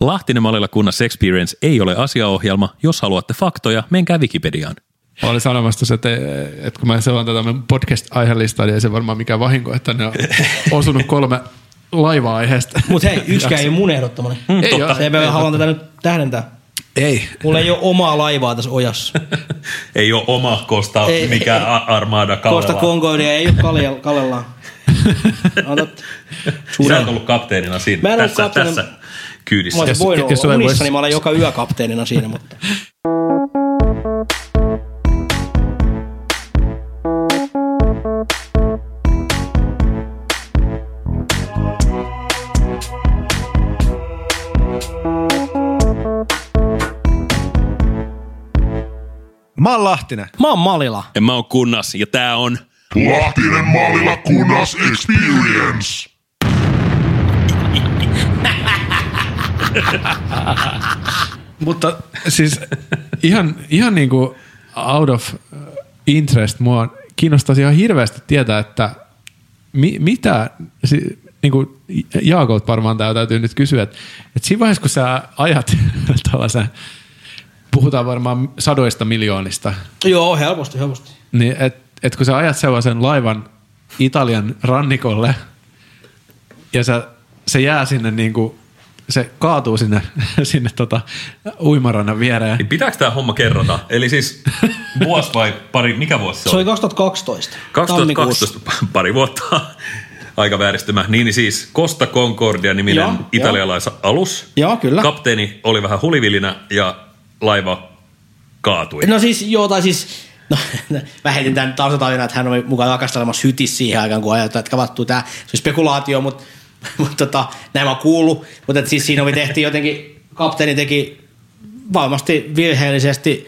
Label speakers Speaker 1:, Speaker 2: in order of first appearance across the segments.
Speaker 1: Lahtinen Malilla kunnassa Experience ei ole asiaohjelma. Jos haluatte faktoja, menkää Wikipediaan.
Speaker 2: Mä olin sanomassa tuossa, että, että kun mä selaan tätä podcast-aihelistaa, niin ei se varmaan mikään vahinko, että ne on osunut kolme laiva-aiheesta.
Speaker 3: Mutta hei, yksikään ei ole mun ehdottamani.
Speaker 2: Ei
Speaker 3: Se
Speaker 2: ole.
Speaker 3: ei, mä haluan tätä nyt tähdentää.
Speaker 2: Ei.
Speaker 3: Mulla ei ole omaa laivaa tässä ojassa.
Speaker 1: Ei ole oma Kosta,
Speaker 3: Ei,
Speaker 1: mikä
Speaker 3: ei.
Speaker 1: a- armada
Speaker 3: Kosta
Speaker 1: Kalevala.
Speaker 3: Concordia ei ole Kalle, Kallellaan. On totta.
Speaker 1: Sä oot ollut kapteenina siinä,
Speaker 3: Mä en
Speaker 1: tässä,
Speaker 3: ollut kapteenina.
Speaker 1: tässä kyydissä.
Speaker 3: Mä olisin
Speaker 2: Jos-
Speaker 3: voinut
Speaker 2: jos
Speaker 3: olla
Speaker 2: sulla ei
Speaker 3: unissani,
Speaker 2: voisi-
Speaker 3: mä olen joka yö kapteenina siinä, mutta
Speaker 4: Mä oon Lahtinen.
Speaker 3: mä oon Malila.
Speaker 1: Ja mä oon kunnas, ja tää on
Speaker 5: Lahtinen maalilla kunnas experience.
Speaker 2: Mutta siis ihan, ihan niin kuin out of uh, interest mua kiinnostaisi ihan hirveästi tietää, että mi, mitä, si, niin kuin Jaakolta varmaan tämä täytyy nyt kysyä, että, että siinä vaiheessa kun sä ajat tällaisen, puhutaan varmaan sadoista miljoonista,
Speaker 3: Joo, helposti, helposti.
Speaker 2: niin et, et kun sä ajat sellaisen laivan Italian rannikolle ja sä, se jää sinne niin kuin, se kaatuu sinne, sinne tota, uimarannan viereen.
Speaker 1: Niin Pitääkö tämä homma kerrata? Eli siis vuosi vai pari, mikä vuosi se
Speaker 3: Se oli
Speaker 1: oli?
Speaker 3: 2012. tammikuussa.
Speaker 1: 2012, pari vuotta aika vääristymä. Niin, niin siis Costa Concordia niminen
Speaker 3: Joo,
Speaker 1: italialaisalus.
Speaker 3: Joo, kyllä.
Speaker 1: Kapteeni oli vähän hulivilinä ja laiva kaatui.
Speaker 3: No siis, joo, tai siis... No, mä heitin tämän taustatarina, että hän oli mukaan takastelemassa hytis siihen aikaan, kun ajattelin, että kavattuu tämä. Se oli spekulaatio, mutta mut, tota, näin mä oon kuullut. Mutta et siis siinä oli tehtiin jotenkin, kapteeni teki varmasti virheellisesti,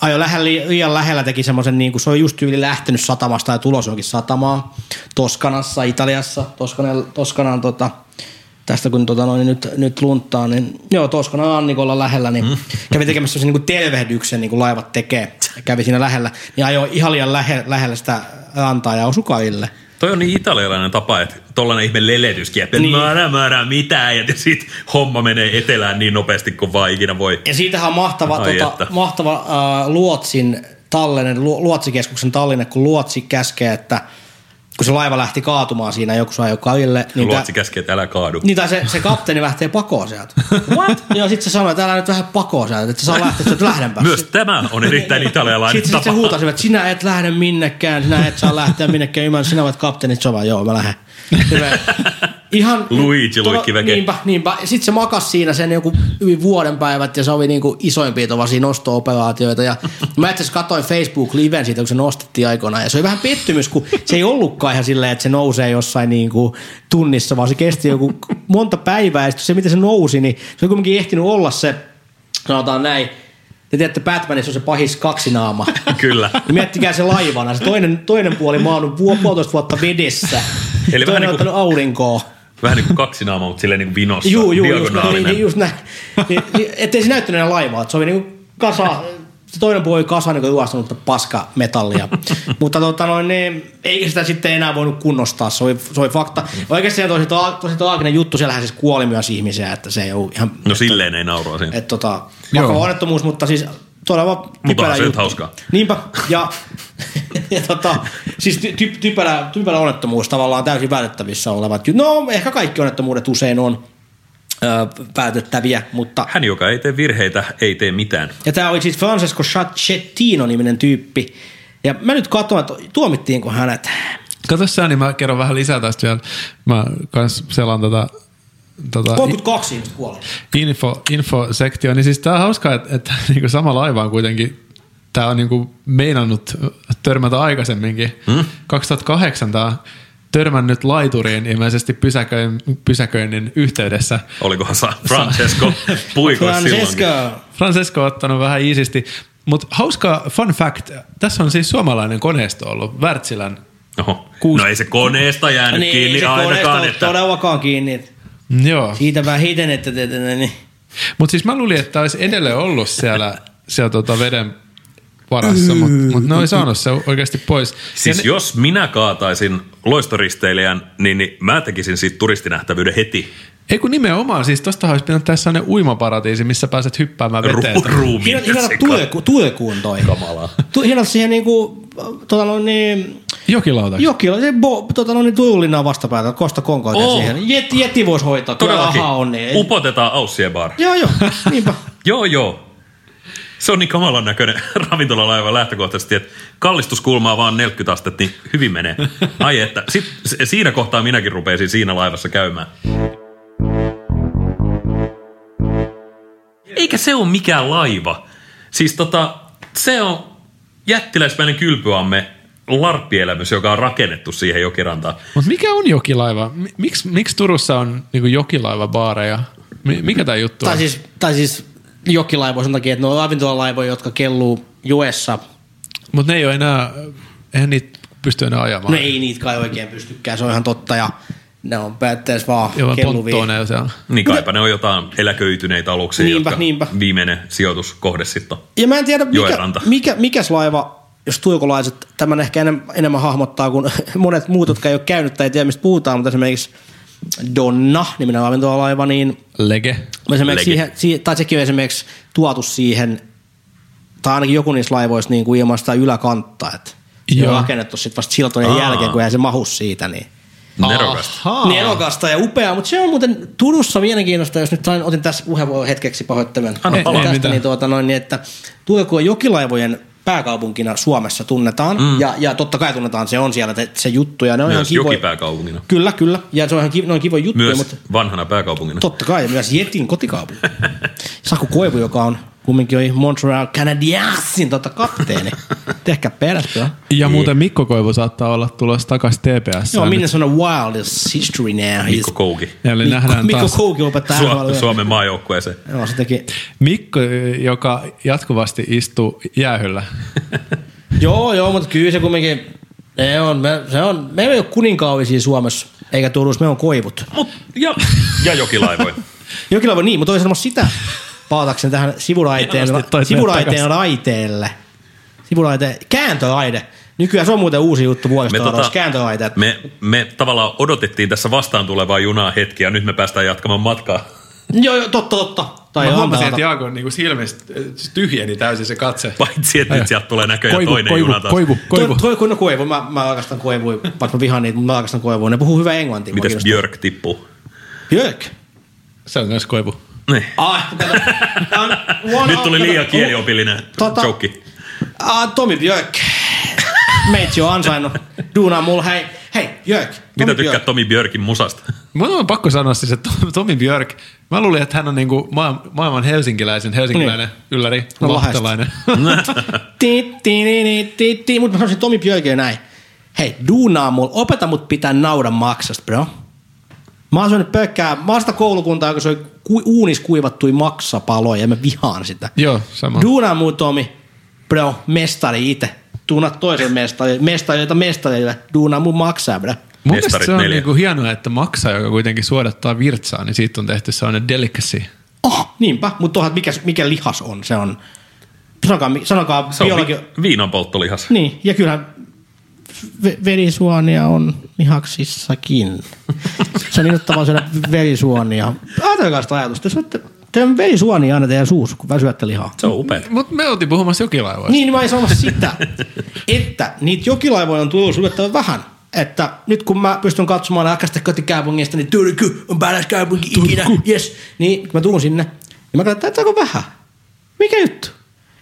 Speaker 3: ajo lähellä, liian lähellä teki semmoisen, niin kuin se on just tyyli lähtenyt satamasta ja tulos onkin satamaa. Toskanassa, Italiassa, Toskanan, Toskanan tota, tästä kun tota noin, nyt, nyt lunttaa, niin joo, Toskanan Annikolla lähellä, niin mm. kävi tekemässä sen niin kuin tervehdyksen, niin kuin laivat tekee, kävi siinä lähellä, niin ajoi ihan liian lähe, lähellä sitä rantaa ja osui kaille.
Speaker 1: Toi on niin italialainen tapa, että tollainen ihme leletyskin, että niin.
Speaker 3: Niin.
Speaker 1: määrä määrä mitään, ja sit homma menee etelään niin nopeasti kuin vaan ikinä voi.
Speaker 3: Ja siitähän on mahtava,
Speaker 1: Ai että.
Speaker 3: tota, mahtava äh, Luotsin tallenne, Lu- Luotsikeskuksen tallenne, kun Luotsi käskee, että kun se laiva lähti kaatumaan siinä, joku sai jo kaille.
Speaker 1: Niin
Speaker 3: Niin, tää,
Speaker 1: Luotsi käskee, että älä kaadu.
Speaker 3: niin tai se, se kapteeni lähtee pakoon sieltä. What? Joo, sit se sanoi, että älä nyt vähän pakoon sieltä, että saa lähteä, että lähdenpä.
Speaker 1: Myös tämä on erittäin italialainen
Speaker 3: Sitten sit
Speaker 1: tapa.
Speaker 3: se huutasi, että sinä et lähde minnekään, sinä et saa lähteä minnekään, ymmärrän, sinä olet kapteeni, se on vaan, joo, mä lähden. Hyvä. Ihan,
Speaker 1: Luigi Luikkiveke.
Speaker 3: Niinpä, niinpä. Sitten se makasi siinä sen joku yli vuoden päivät ja se oli niinku isoimpia tuollaisia nosto-operaatioita. Ja mä itse asiassa katsoin Facebook-liven siitä, kun se nostettiin aikoinaan. Ja se oli vähän pettymys, kun se ei ollutkaan ihan silleen, että se nousee jossain niinku tunnissa, vaan se kesti joku monta päivää. Ja sitten se, miten se nousi, niin se oli kuitenkin ehtinyt olla se, sanotaan näin, te tiedätte, Batmanissa on se pahis kaksinaama.
Speaker 1: Kyllä.
Speaker 3: Ja miettikää se laivana. Se toinen, toinen puoli maannut vu- puolitoista vuotta vedessä.
Speaker 1: Eli
Speaker 3: Eli
Speaker 1: vähän
Speaker 3: toinen
Speaker 1: niin
Speaker 3: on
Speaker 1: kuin-
Speaker 3: ottanut aurinkoa.
Speaker 1: Vähän niin kuin kaksi naamaa, mutta silleen niin kuin vinossa.
Speaker 3: Juu, juu, just, niin,
Speaker 1: diagonaalinen.
Speaker 3: niin, just näin. Niin, niin, ettei se näyttänyt enää laivaa. että Se oli niinku kasa, se toinen puoli oli kasa niin juostunutta paskametallia. Mutta tota noin, niin, eikä sitä sitten enää voinut kunnostaa, se oli, se oli fakta. Oikeasti se on tosi, tra- tosi traaginen juttu, siellähän siis kuoli myös ihmisiä, että se ei ole ihan...
Speaker 1: No silleen ei nauroa siinä.
Speaker 3: Et tota,
Speaker 2: Joo.
Speaker 3: vakava onnettomuus, mutta siis todella
Speaker 1: onhan
Speaker 3: typerä
Speaker 1: se nyt
Speaker 3: juttu.
Speaker 1: hauskaa.
Speaker 3: Niinpä, ja, ja tota, siis ty, ty, typerä, typerä onnettomuus tavallaan täysin vältettävissä olevat. ju- No ehkä kaikki onnettomuudet usein on ö, vältettäviä, mutta...
Speaker 1: Hän, joka ei tee virheitä, ei tee mitään.
Speaker 3: Ja tämä oli siis Francesco Sacchettino-niminen tyyppi. Ja mä nyt katson, että tuomittiinko hänet.
Speaker 2: Kato sä, niin mä kerron vähän lisää tästä vielä. Mä kans selaan tota, tätä, tätä
Speaker 3: 32 ihmistä kuoli.
Speaker 2: info, infosektioa. Niin siis tää on hauskaa, että, että niinku sama laiva on kuitenkin, tää on niinku meinannut törmätä aikaisemminkin. Hmm? 2008 tää on törmännyt laituriin ilmeisesti pysäköin, pysäköinnin yhteydessä.
Speaker 1: Olikohan sa Francesco puikossa
Speaker 3: Francesco.
Speaker 1: silloin?
Speaker 2: Francesco on ottanut vähän iisisti. Mutta hauska fun fact, tässä on siis suomalainen koneisto ollut, Wärtsilän.
Speaker 1: Oho.
Speaker 2: Kuusi-
Speaker 1: No ei se koneesta jäänyt
Speaker 3: Niin,
Speaker 1: kiinni
Speaker 3: ei se koneesta
Speaker 1: ainakaan.
Speaker 3: ollut
Speaker 1: Että...
Speaker 3: todellakaan kiinni.
Speaker 2: Joo.
Speaker 3: Siitä vähän hiten, että... Niin.
Speaker 2: Mutta siis mä luulin, että olisi edelleen ollut siellä, siellä tota veden varassa, mutta mut ne oli saanut se oikeasti pois.
Speaker 1: Siis
Speaker 2: ja ne,
Speaker 1: jos minä kaataisin loistoristeilijän, niin, niin mä tekisin siitä turistinähtävyyden heti.
Speaker 2: Ei kun nimenomaan, siis tostahan olisi pitänyt tässä sellainen uimaparatiisi, missä pääset hyppäämään veteen.
Speaker 1: Ru- ruumiin
Speaker 3: Hieno, hieno
Speaker 1: sekaan.
Speaker 3: tuekuun toi.
Speaker 1: Kamalaa.
Speaker 3: Tu, hieno siihen niinku, tota no niin,
Speaker 2: Jokilautaksi.
Speaker 3: joki oli, se bo, tota no niin tuulinnaa vastapäätä, Kosta Konkoa
Speaker 1: Oo.
Speaker 3: oh. siihen. Jet, jetti voisi hoitaa, kyllä
Speaker 1: Todellakin.
Speaker 3: ahaa on niin.
Speaker 1: Upotetaan Aussien bar.
Speaker 3: joo joo, niinpä.
Speaker 1: Joo, joo. Se on niin kamalan näköinen ravintolalaiva lähtökohtaisesti, että kallistuskulmaa vaan 40 astetta, niin hyvin menee. Ai että, sit, s- siinä kohtaa minäkin rupeaisin siinä laivassa käymään. Eikä se ole mikään laiva. Siis tota, se on jättiläismäinen kylpyamme larppielämys, joka on rakennettu siihen jokirantaan. Niin
Speaker 2: Mutta mikä on jokilaiva? M- Miksi miks Turussa on niinku jokilaivabaareja? Mi- mikä tämä juttu on?
Speaker 3: Tai siis, tai siis jokilaivoja sen takia, että ne on ravintolalaivoja, jotka kelluu joessa.
Speaker 2: Mutta ne ei ole enää, eihän niitä pysty enää ajamaan.
Speaker 3: No siis- ei niitä kai oikein pystykään, se on ihan totta. Ja ne on päätteessä vaan
Speaker 2: Jollain
Speaker 3: kelluvia.
Speaker 2: ponttoon ne siellä.
Speaker 1: Niin kaipa ne on jotain eläköityneitä aluksia,
Speaker 3: Niinpä,
Speaker 1: jotka
Speaker 3: niinpä.
Speaker 1: viimeinen sijoituskohde sitten on.
Speaker 3: Ja mä en tiedä, mikä,
Speaker 1: Joenranta.
Speaker 3: mikä, mikäs laiva, jos tuikolaiset tämän ehkä enemmän, enemmän hahmottaa kuin monet muut, jotka ei ole käynyt tai ei tiedä, mistä puhutaan, mutta esimerkiksi Donna, niminen ravintolalaiva, niin
Speaker 2: Lege.
Speaker 3: esimerkiksi
Speaker 1: Legi.
Speaker 3: siihen, siihen, tai sekin on esimerkiksi tuotu siihen, tai ainakin joku niissä laivoissa niin kuin ilman sitä yläkantta, että se on
Speaker 2: Joo.
Speaker 3: rakennettu sitten vasta siltojen
Speaker 1: Aa.
Speaker 3: jälkeen, kun ei se mahu siitä, niin
Speaker 1: Nerokasta.
Speaker 2: Ahaa.
Speaker 3: Nerokasta ja upeaa, mutta se on muuten Turussa mielenkiinnosta, jos nyt sain, otin tässä puheenvuoron hetkeksi pahoittelen.
Speaker 1: Anna
Speaker 3: Ei-
Speaker 1: palaa.
Speaker 3: ei Tästä,
Speaker 2: mitään.
Speaker 3: niin, tuota, noin, niin, että Tuokoa jokilaivojen pääkaupunkina Suomessa tunnetaan, mm. ja, ja totta kai tunnetaan, se on siellä te, se juttu, ja ne on
Speaker 1: Myös
Speaker 3: ihan kivoja.
Speaker 1: jokipääkaupungina.
Speaker 3: Kyllä, kyllä, ja se on ihan kiv, ne on kivoja juttuja,
Speaker 1: Myös
Speaker 3: mutta
Speaker 1: vanhana pääkaupungina.
Speaker 3: totta kai, ja myös Jetin kotikaupunki. Saku Koivu, joka on kumminkin oli Montreal Canadiensin tota, kapteeni. Tehkää perättyä.
Speaker 2: Ja muuten Mikko Koivu saattaa olla tulossa takaisin TPS.
Speaker 3: Joo, minne se on wildest history now.
Speaker 1: Mikko Kouki.
Speaker 2: Eli nähdään
Speaker 3: Mikko
Speaker 2: taas
Speaker 3: Kouki opettaa
Speaker 1: Suo-
Speaker 3: NHL.
Speaker 1: Suomen maajoukkueeseen.
Speaker 3: Joo, se teki.
Speaker 2: Mikko, joka jatkuvasti istuu jäähyllä.
Speaker 3: Joo, joo, mutta kyllä se kumminkin, ne on, me, se on, me ei ole kuninkaallisia Suomessa, eikä Turussa, me on koivut.
Speaker 1: Mut, ja, ja jokilaivoin.
Speaker 3: Jokin on niin, mutta olisin sanomassa sitä, palataksen tähän sivuraiteen,
Speaker 2: Hienosti toit meidät
Speaker 3: sivuraiteen
Speaker 2: takas.
Speaker 3: raiteelle. Sivuraiteen, kääntöraide. Nykyään se on muuten uusi juttu
Speaker 1: Me,
Speaker 3: vuodesta
Speaker 1: tota,
Speaker 3: tota, kääntöraiteet.
Speaker 1: me, me tavallaan odotettiin tässä vastaan tulevaa junaa hetki ja nyt me päästään jatkamaan matkaa.
Speaker 3: Joo, joo, totta, totta. Tai
Speaker 2: Mä
Speaker 3: on
Speaker 2: huomasin, että
Speaker 3: pelata.
Speaker 2: Jaakon niinku silmistä äh, tyhjeni täysin se katse.
Speaker 1: Paitsi, että nyt sieltä tulee näköjään
Speaker 2: Koivu,
Speaker 1: toinen
Speaker 2: koivu,
Speaker 1: juna taas.
Speaker 2: koivu, koivu.
Speaker 3: Toi, toi, kun no koivu, mä, mä rakastan koivua, vaikka mä vihaan niitä, mutta mä rakastan koivua. Ne puhuu hyvää englantia.
Speaker 1: Mites
Speaker 3: mua kiinnostaa.
Speaker 1: Björk tippuu?
Speaker 3: Björk?
Speaker 2: Se on myös koivu.
Speaker 1: Niin.
Speaker 3: Ai, kato. Tää on one
Speaker 1: Nyt
Speaker 3: out-
Speaker 1: tuli
Speaker 3: kato.
Speaker 1: liian kieliopillinen tota...
Speaker 3: Tota-
Speaker 1: joukki.
Speaker 3: Ah, Tomi Björk. Meitsi on ansainnut. Duunaa mulla. Hei, hei, Björk. Tomi
Speaker 1: Mitä
Speaker 3: Björk.
Speaker 1: tykkäät Tomi Björkin musasta?
Speaker 2: Mun on pakko sanoa siis, että Tom- Tomi Björk, mä luulin, että hän on niinku maailman, maailman helsinkiläisen, helsinkiläinen niin. ylläri,
Speaker 3: No,
Speaker 2: lahtelainen.
Speaker 3: Ti, ti, ni, ni, ti, ti. Mut mä sanoisin Tomi Björkille näin. Hei, duunaa mulla. Opeta mut pitää naudan maksasta, bro. Mä oon syönyt pökkää. Mä oon sitä koulukuntaa, joka söi ku, uunis kuivattui maksapaloja ja mä vihaan sitä.
Speaker 2: Joo, sama.
Speaker 3: Duunaa muu Tomi. Bro, mestari itse. Duunaa toisen mestari, mestarille mestarille. Duunaa mun maksaa, bro.
Speaker 2: Mun mielestä
Speaker 1: Mestarit
Speaker 2: se on
Speaker 1: neljä.
Speaker 2: niinku hienoa, että maksaa, joka kuitenkin suodattaa virtsaa, niin siitä on tehty sellainen delicacy.
Speaker 3: Oh, niinpä, mutta tuohan mikä, mikä lihas on, se on, sanokaa, mi- sanokaa
Speaker 1: Se on
Speaker 3: biologi...
Speaker 1: vi- viinan polttolihas.
Speaker 3: Niin, ja kyllähän ve- verisuonia on lihaksissakin. Se on innoittavaa syödä verisuonia. Ajatelkaa sitä ajatusta, jos olette, teillä on verisuonia aina teidän suussa, kun väsyätte lihaa.
Speaker 1: Se on upeeta.
Speaker 2: Mutta me oltiin puhumassa jokilaivoista.
Speaker 3: Niin, niin mä en sano sitä, että niitä jokilaivoja on tullut yllättävän vähän. Että nyt kun mä pystyn katsomaan äkästä kotikaupungista, niin Turku on paras kaupunki ikinä, yes. Niin kun mä tuun sinne, niin mä katsoin, että tää on vähän. Mikä juttu?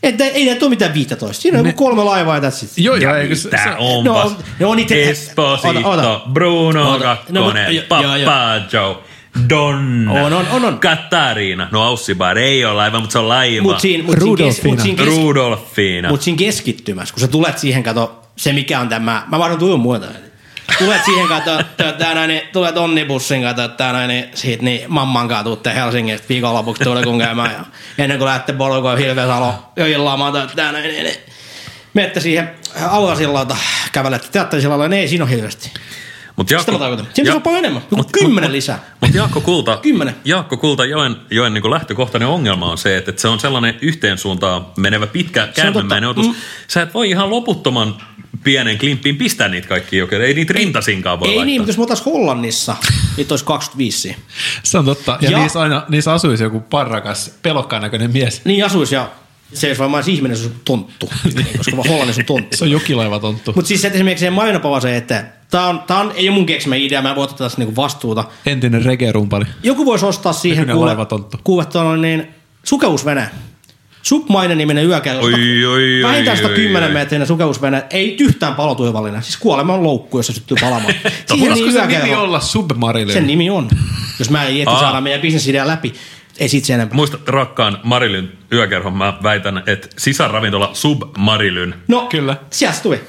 Speaker 3: Että ei näitä ole mitään 15. Siinä on joku kolme laivaa ja tässä
Speaker 2: Joo, joo, eikö se,
Speaker 1: Mitä
Speaker 2: se,
Speaker 1: onpas?
Speaker 3: no, no niin, te-
Speaker 1: Esposito,
Speaker 3: ota, ota.
Speaker 1: Bruno
Speaker 3: Ota. No, mutta-
Speaker 1: Kakkonen,
Speaker 3: jo- joo, joo.
Speaker 1: Papaggio, Donna,
Speaker 3: On, on, on, on.
Speaker 1: Katariina. No Aussibar ei ole laiva, mutta se on laiva.
Speaker 3: Mut siinä, mut siinä, kes, mut
Speaker 2: Rudolfina.
Speaker 3: siinä, kes,
Speaker 1: Rudolfina.
Speaker 3: mut siinä keskittymässä, kun sä tulet siihen, kato, se mikä on tämä, mä varmaan tuun muuta. Tulet siihen, kato, tää näin, tulet onnibussin, kato, tää näin, siitä niin mamman kanssa tuutte Helsingistä viikonlopuksi Turkuun käymään. Ja ennen kuin lähtee porukoon Hilvesalo, joillamaan, tää näin, niin, niin. Menette siihen aulasillalta, kävelette teatterisillalla, niin ei siinä ole hirveästi.
Speaker 1: Mut
Speaker 3: Sitä mä tarkoitan. Siinä on paljon enemmän, joku kymmenen lisää.
Speaker 1: Mutta Jaakko Kulta,
Speaker 3: Kymmenen.
Speaker 1: Jaakko Kulta joen, joen niin lähtökohtainen ongelma on se, että, että se on sellainen yhteen suuntaan menevä pitkä käännemäinen
Speaker 3: totta.
Speaker 1: otus. Sä et voi ihan loputtoman pienen klimppiin pistää niitä kaikki jokereita. Ei niitä rintasinkaan voi
Speaker 3: Ei
Speaker 1: laittaa.
Speaker 3: niin, mutta jos me oltaisiin Hollannissa, niin olisi 25.
Speaker 2: Se on totta. Ja, ja
Speaker 3: Ja-
Speaker 2: niissä, aina, niissä asuisi joku parrakas, pelokkaan näköinen mies.
Speaker 3: Niin asuisi ja se olisi varmaan se ihminen, se olisi tonttu, koska vaan Hollannissa on tonttu.
Speaker 2: Se on jokilaivatonttu.
Speaker 3: Mutta siis se, että esimerkiksi se mainopava se, että tämä on, tää on, ei ole mun keksimä idea, mä en voi ottaa tässä niinku vastuuta.
Speaker 2: Entinen regerumpali.
Speaker 3: Joku voisi ostaa siihen
Speaker 2: Nykyinen
Speaker 3: kuule,
Speaker 2: laivatonttu.
Speaker 3: kuule tuolla niin, sukellusvene. Submainen niminen yökerros.
Speaker 1: Oi, oi,
Speaker 3: Vähintään
Speaker 1: oi,
Speaker 3: 110
Speaker 1: oi, oi.
Speaker 3: metrinen sukellusvene. Ei yhtään paloturvallinen. Siis kuolema on loukku, jos se syttyy palamaan.
Speaker 2: Voisiko
Speaker 3: siihen niin
Speaker 2: sen nimi
Speaker 3: yökerros.
Speaker 2: olla Submarille?
Speaker 3: Sen nimi on. Jos mä en että
Speaker 1: Aa.
Speaker 3: saadaan meidän bisnesidea läpi. Ei sit sen enempää.
Speaker 1: Muista rakkaan Marilyn yökerhon, mä väitän, että sisarravintola Sub Marilyn.
Speaker 3: No,
Speaker 2: Kyllä.
Speaker 3: sieltä se tuli.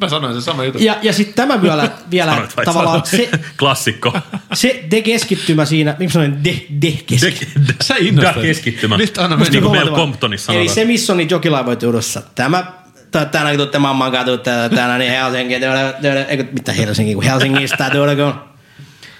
Speaker 2: Mä sanoin sen sama jutun.
Speaker 3: Ja, ja sitten tämä vielä, vielä
Speaker 1: Sanoit vai
Speaker 3: tavallaan se,
Speaker 1: sanoit? Klassikko.
Speaker 3: se de-keskittymä siinä, miksi sanoin de-keskittymä? De,
Speaker 2: Sä innostuit. niinku,
Speaker 1: Tää keskittymä.
Speaker 2: Nyt anna
Speaker 1: Niin
Speaker 2: mennä.
Speaker 1: kuin meillä Comptonissa
Speaker 3: Eli
Speaker 1: sanotaan.
Speaker 3: se, missä on niitä jokilaivoituudossa. Tämä tai tänä kun tuutte mamman katu, tänä niin Helsinki, tuoda, tuoda, eikö mitä Helsinki, kun Helsingistä tuoda, kun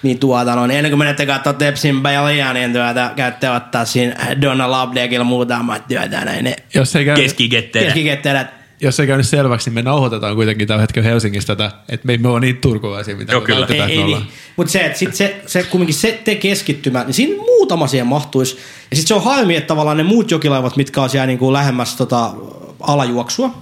Speaker 3: niin tuota noin, ennen kuin menette katsoa Tepsin Belgia, niin tuota, käytte ottaa siinä Donna Labdekilla muutama työtä näin ne
Speaker 2: Jos ei, käynyt,
Speaker 1: Keskiketteellä.
Speaker 3: keskiketterät.
Speaker 2: jos ei käynyt selväksi, niin me nauhoitetaan kuitenkin tällä hetkellä Helsingistä tätä, että me emme ole niin turkulaisia, mitä
Speaker 1: Joo,
Speaker 2: me
Speaker 1: kyllä.
Speaker 2: näytetään,
Speaker 3: ei,
Speaker 2: että
Speaker 3: ei
Speaker 2: me
Speaker 3: niin.
Speaker 2: ollaan.
Speaker 3: Mutta se, että sit se, se kumminkin se te keskittymä, niin siinä muutama siihen mahtuisi. Ja sitten se on harmi, että tavallaan ne muut jokilaivat, mitkä on siellä niinku lähemmäs tota, alajuoksua,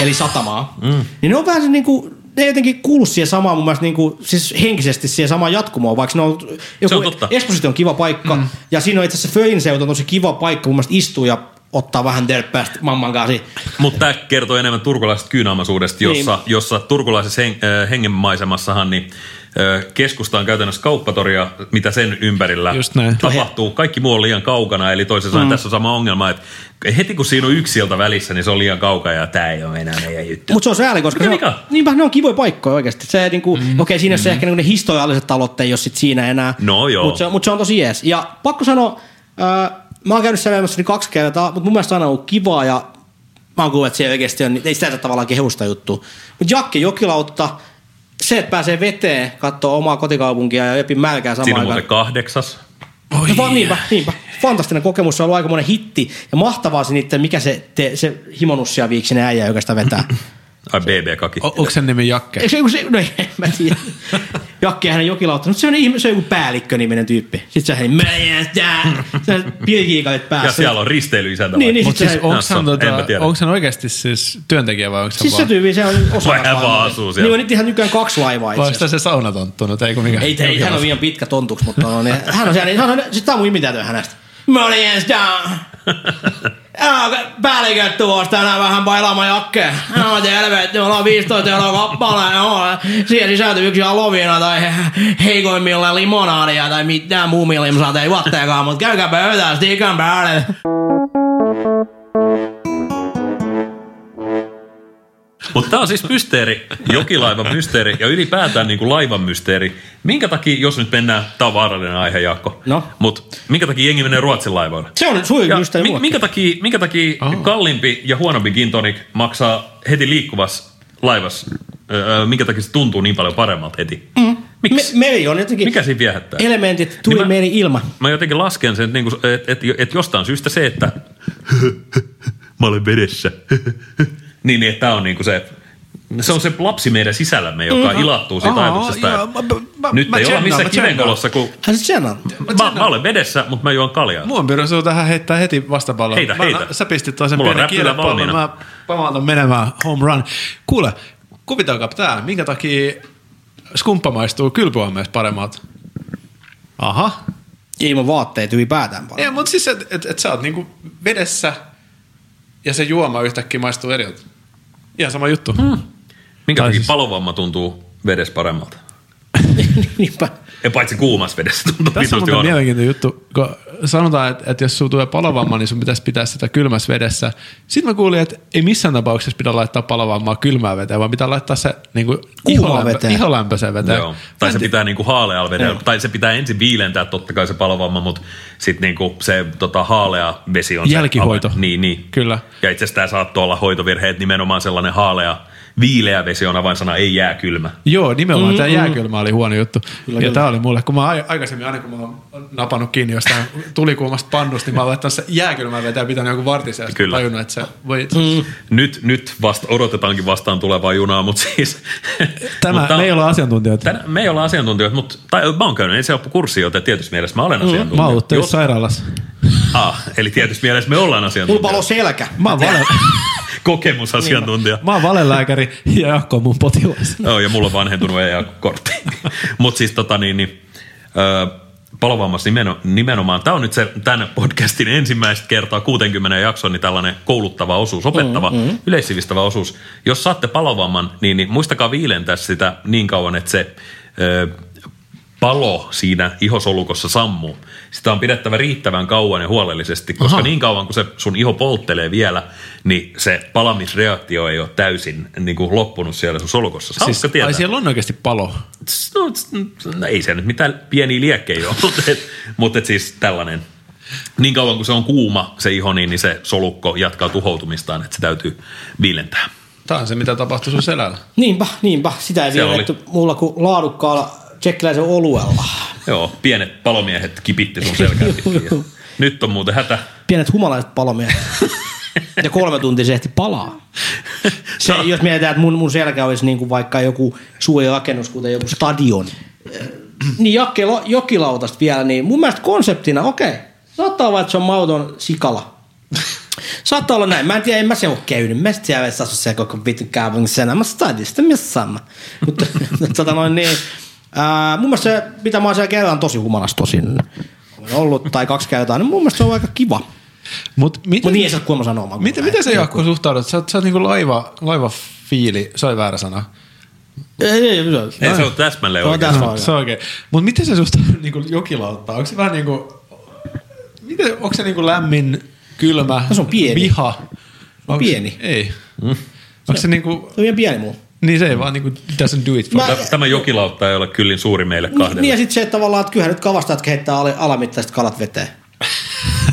Speaker 3: eli satamaa, mm. niin ne on vähän se niinku, ne ei jotenkin kuulu siihen samaan mun mielestä niinku, siis henkisesti siihen samaan jatkumoon, vaikka ne on ollut- joku,
Speaker 1: on totta.
Speaker 3: Esposito on kiva paikka, mm. ja siinä on itse asiassa Föin seutu on tosi kiva paikka mun mielestä istua ja ottaa vähän derppäästä mamman kanssa.
Speaker 1: Mutta tämä kertoo enemmän turkulaisesta kyynaamaisuudesta, jossa, niin. jossa turkulaisessa heng, äh, hengenmaisemassahan niin, äh, keskusta on käytännössä kauppatoria, mitä sen ympärillä
Speaker 2: Just näin.
Speaker 1: tapahtuu. Kaikki muu on liian kaukana, eli toisin sanoen mm. tässä on sama ongelma, että heti kun siinä on yksi sieltä välissä, niin se on liian kaukana ja tämä ei ole enää meidän juttu.
Speaker 3: Mutta se on sääli, koska
Speaker 1: Mitä
Speaker 3: se on,
Speaker 1: vika?
Speaker 3: niinpä, ne on kivoja paikkoja oikeasti. Se, niinku, mm. Okei, siinä mm. se ehkä niinku ne historialliset talot ei ole sit siinä enää.
Speaker 1: No joo.
Speaker 3: Mutta se, mut se on tosi jees. Ja pakko sanoa, äh, mä oon käynyt sävelmässä niin kaksi kertaa, mutta mun mielestä aina on ollut kivaa ja mä oon kuullut, että se oikeasti on, ei sitä saa tavallaan kehusta juttu. Mutta Jakke Jokilautta, se, että pääsee veteen, katsoo omaa kotikaupunkia ja jepin mälkää samaan
Speaker 1: Siinä on
Speaker 3: aikaan.
Speaker 1: muuten kahdeksas.
Speaker 2: Oi.
Speaker 3: No, vaan, niinpä, niinpä. Fantastinen kokemus, se on ollut aikamoinen hitti. Ja mahtavaa se niiden, mikä se, te, se himonussia viiksinen äijä, joka sitä vetää.
Speaker 1: Ai BB-kaki.
Speaker 2: O- onko sen nimi Jakke?
Speaker 3: Eikö se joku se, no en mä tiedä. Jakki ja hänen jokilautta. Mutta se on, ihme, se on joku päällikkö-niminen tyyppi. Sitten se on mä en tää. Se on pilkiikaiset päässä.
Speaker 1: Ja siellä on risteilyisäntä.
Speaker 3: Ah, Niin,
Speaker 1: vai?
Speaker 3: niin,
Speaker 1: Mut
Speaker 2: Mutta siis
Speaker 3: se-
Speaker 2: onks
Speaker 1: No,
Speaker 2: hän,
Speaker 1: se on-
Speaker 2: tota,
Speaker 1: enpä tiedä.
Speaker 2: onks hän oikeasti siis työntekijä vai onko hän
Speaker 3: Siis se
Speaker 2: vaan?
Speaker 3: tyyppi, se on osa.
Speaker 1: Vai hän vaan asuu siellä?
Speaker 3: Niin on nyt ihan nykyään kaksi laivaa itse
Speaker 2: Vai onko
Speaker 3: asiassa.
Speaker 2: tää se saunatonttu nyt? Ei, kun mikä,
Speaker 3: Ei, ei,
Speaker 2: mikä-
Speaker 3: hän on liian pitkä tontuksi, mutta on, niin, hän on siellä. Niin, hän on, sit tää on mun imitäytyä hänestä. Mä olin ensin tää. Ää, Päälliköt tuossa tänään vähän bailaamaan jakkeen. No tervetuloa, ollaan 15 euroa kappale. Joo. Siihen sisältyy yksi alovina tai heikoimmilla limonaadia tai mitään muumilla limsaa tai juotteekaan, mutta käykää pöytään stikan päälle.
Speaker 1: Mutta tämä on siis mysteeri, jokilaivan mysteeri ja ylipäätään niin kuin laivan mysteeri. Minkä takia, jos nyt mennään, tämä on vaarallinen aihe Jaakko,
Speaker 3: No.
Speaker 1: mutta minkä takia jengi menee Ruotsin laivaan?
Speaker 3: Se on
Speaker 1: Ja
Speaker 3: suuri mysteeri
Speaker 1: mi-
Speaker 3: mulle.
Speaker 1: minkä takia, minkä takia
Speaker 2: Oh.
Speaker 1: kalliimpi ja huonompi gin tonic maksaa heti liikkuvas laivas? Öö, minkä takia se tuntuu niin paljon paremmalta heti? Mm.
Speaker 3: Me,
Speaker 1: Miksi?
Speaker 3: meri on jotenkin
Speaker 1: Mikä siinä viehättää?
Speaker 3: elementit tuli
Speaker 1: Niin
Speaker 3: niin
Speaker 1: mä-
Speaker 3: meidän ilma.
Speaker 1: Mä jotenkin lasken sen, että niinku, et, et, et jostain syystä se, että mä olen vedessä, niin että tää on niinku se, se on se lapsi meidän sisällämme, joka mm. ilahtuu siitä
Speaker 2: Mm-hmm. Aa,
Speaker 1: ajatuksesta,
Speaker 2: joo,
Speaker 1: että
Speaker 2: mä- mä-
Speaker 1: nyt
Speaker 2: mä
Speaker 1: ei olla missään
Speaker 2: tsengaan, mä tsengaan.
Speaker 1: kivenkolossa, kun
Speaker 3: Hän se on.
Speaker 1: mä, mä olen vedessä, mutta mä juon kaljaa.
Speaker 2: Muun pyrin sinua tähän heittää heti vastapalloa.
Speaker 1: Heitä,
Speaker 2: Mä-
Speaker 1: heitä.
Speaker 2: Sä pistit toisen
Speaker 1: Mulla on
Speaker 2: pienen
Speaker 1: räppylä
Speaker 2: kielipallon,
Speaker 1: valmiina.
Speaker 2: mä pamautan menemään home run. Kuule, kuvitelkaa tää, minkä takia skumppa maistuu kylpyammeessa paremmalta? Aha.
Speaker 3: Ilman vaatteita ylipäätään
Speaker 2: Ei, mutta siis, että et, et sä oot niinku vedessä ja se juoma yhtäkkiä maistuu eriltä. Ihan sama juttu. Hmm.
Speaker 1: Minkä
Speaker 2: Tai
Speaker 1: takia
Speaker 2: siis-
Speaker 1: palovamma tuntuu vedessä paremmalta?
Speaker 3: Niinpä.
Speaker 1: Ja paitsi kuumassa vedessä tuntuu
Speaker 2: Tässä on
Speaker 1: vitusti
Speaker 2: muuten
Speaker 1: on.
Speaker 2: mielenkiintoinen juttu, kun sanotaan, että, että jos sulla tulee palovamma, niin sun pitäisi pitää sitä kylmässä vedessä. Sitten mä kuulin, että ei missään tapauksessa pidä laittaa palovammaa kylmää veteen, vaan pitää laittaa se niin kuin
Speaker 3: Kuumaan veteen.
Speaker 2: iholämpöiseen veteen.
Speaker 1: Joo. Tai se pitää niinku haalealla vedellä, tai se pitää ensin viilentää totta kai se palovamma, mutta sitten niinku se tota, haalea vesi on
Speaker 2: Jälkihoito.
Speaker 1: Se, niin, niin.
Speaker 2: Kyllä.
Speaker 1: Ja itse asiassa tämä saattoi olla hoitovirhe, että nimenomaan sellainen haalea viileä vesi on avainsana, ei jää kylmä.
Speaker 2: Joo, nimenomaan mm, tämä jääkylmä oli huono juttu. Kyllä, ja tämä oli mulle, kun mä ai- aikaisemmin aina kun mä oon napannut kiinni jostain tulikuumasta pannusta, niin mä oon laittanut se jääkylmää vetää pitää joku vartisen ja sitten
Speaker 1: Kyllä.
Speaker 2: tajunnut, että se voi... Mm,
Speaker 1: Nyt, nyt vasta, odotetaankin vastaan tulevaa junaa, mutta siis...
Speaker 2: tämä,
Speaker 1: mutta-
Speaker 2: mutta, me ei olla asiantuntijoita.
Speaker 1: Tänä, me ei olla asiantuntijoita, mutta tai, mä oon käynyt ensiapukurssi, joten tietyssä mielessä mä olen asiantuntija.
Speaker 2: Mm, Mä oon ollut
Speaker 1: Jos-
Speaker 2: töissä sairaalassa.
Speaker 1: ah, eli tietyssä mielessä me ollaan
Speaker 3: Mulla
Speaker 1: asiantuntija.
Speaker 3: palo selkä.
Speaker 2: Mä oon, vale,
Speaker 1: Kokemusasiantuntija.
Speaker 2: mä oon valelääkäri ja Jaakko on mun potilas.
Speaker 1: Joo, ja mulla on vanhentunut EA-kortti. Mutta siis tota niin, niin ö, palovammassa nimeno, nimenomaan, tämä on nyt se, tämän podcastin ensimmäistä kertaa 60 jakson, niin tällainen kouluttava osuus, opettava, mm, mm. yleissivistävä osuus. Jos saatte palovamman, niin, niin muistakaa viilentää sitä niin kauan, että se ö, palo siinä ihosolukossa sammuu. Sitä on pidettävä riittävän kauan ja huolellisesti, koska Aha. niin kauan kun se sun iho polttelee vielä, niin se palamisreaktio ei ole täysin niin kuin loppunut siellä sun solukossa. Hauska siis, tietää.
Speaker 2: ai siellä on oikeasti palo.
Speaker 1: Tss, No, tss, no ei se nyt mitään pieniä liekkejä ole, mutta, et, mutta et siis tällainen. Niin kauan kun se on kuuma se iho, niin, niin se solukko jatkaa tuhoutumistaan, että se täytyy viilentää.
Speaker 2: Tämä on se, mitä tapahtui sun selällä.
Speaker 3: Niinpä, niinpä. Sitä ei
Speaker 1: Siellä
Speaker 3: viiletty mulla kuin laadukkaalla tsekkiläisen oluella.
Speaker 1: Joo, pienet palomiehet kipitti sun selkään. pitkin ja nyt on muuten hätä.
Speaker 3: Pienet humalaiset palomiehet. ja kolme tuntia se ehti palaa. Se,
Speaker 1: Sä-
Speaker 3: jos mietitään, että mun, mun selkä olisi niin kuin vaikka joku suojarakennus, kuten joku stadion. niin jakela, jokilautasta vielä, niin mun mielestä konseptina, okei, saattaa olla, että se on mauton sikala. Saattaa olla näin. Mä en tiedä, en mä se ole käynyt. Mä sitten siellä asu siellä koko vitun kaupungissa. enää. Mä stadista missään. Mutta tota noin niin. Ää, mun mielestä se, mitä mä oon siellä kerran tosi humanas tosin olen ollut tai kaksi kertaa, niin mun mielestä se on aika kiva.
Speaker 2: Mutta miten,
Speaker 3: Mutta niin ei saa kuulemma sanoa. omaa
Speaker 2: miten,
Speaker 3: kuulemaa.
Speaker 2: miten sä Jaakko suhtaudut? Sä oot, sä oot niinku laiva, laiva fiili, se oli väärä sana.
Speaker 3: Ei, ei, ei, ei, ei.
Speaker 1: Ei se ole täsmälleen
Speaker 3: Se on
Speaker 1: oikein.
Speaker 3: täsmälleen.
Speaker 2: Se on oikein. Mutta miten se susta niinku jokilauttaa? Onko se vähän niinku, miten, onko se niinku lämmin, kylmä,
Speaker 3: No se on pieni.
Speaker 2: viha? Onks,
Speaker 3: pieni.
Speaker 2: Ei. Mm. Onko se, se niinku,
Speaker 3: Se on vielä pieni muu.
Speaker 2: niin se ei vaan niinku doesn't do it for
Speaker 3: Mä-
Speaker 1: Tä- Tämä jokilautta ei ole kyllin suuri meille kahdelle.
Speaker 3: Niin ja sitten se, että tavallaan, että kyllähän nyt kavastajat heittää al- alamittaiset kalat veteen.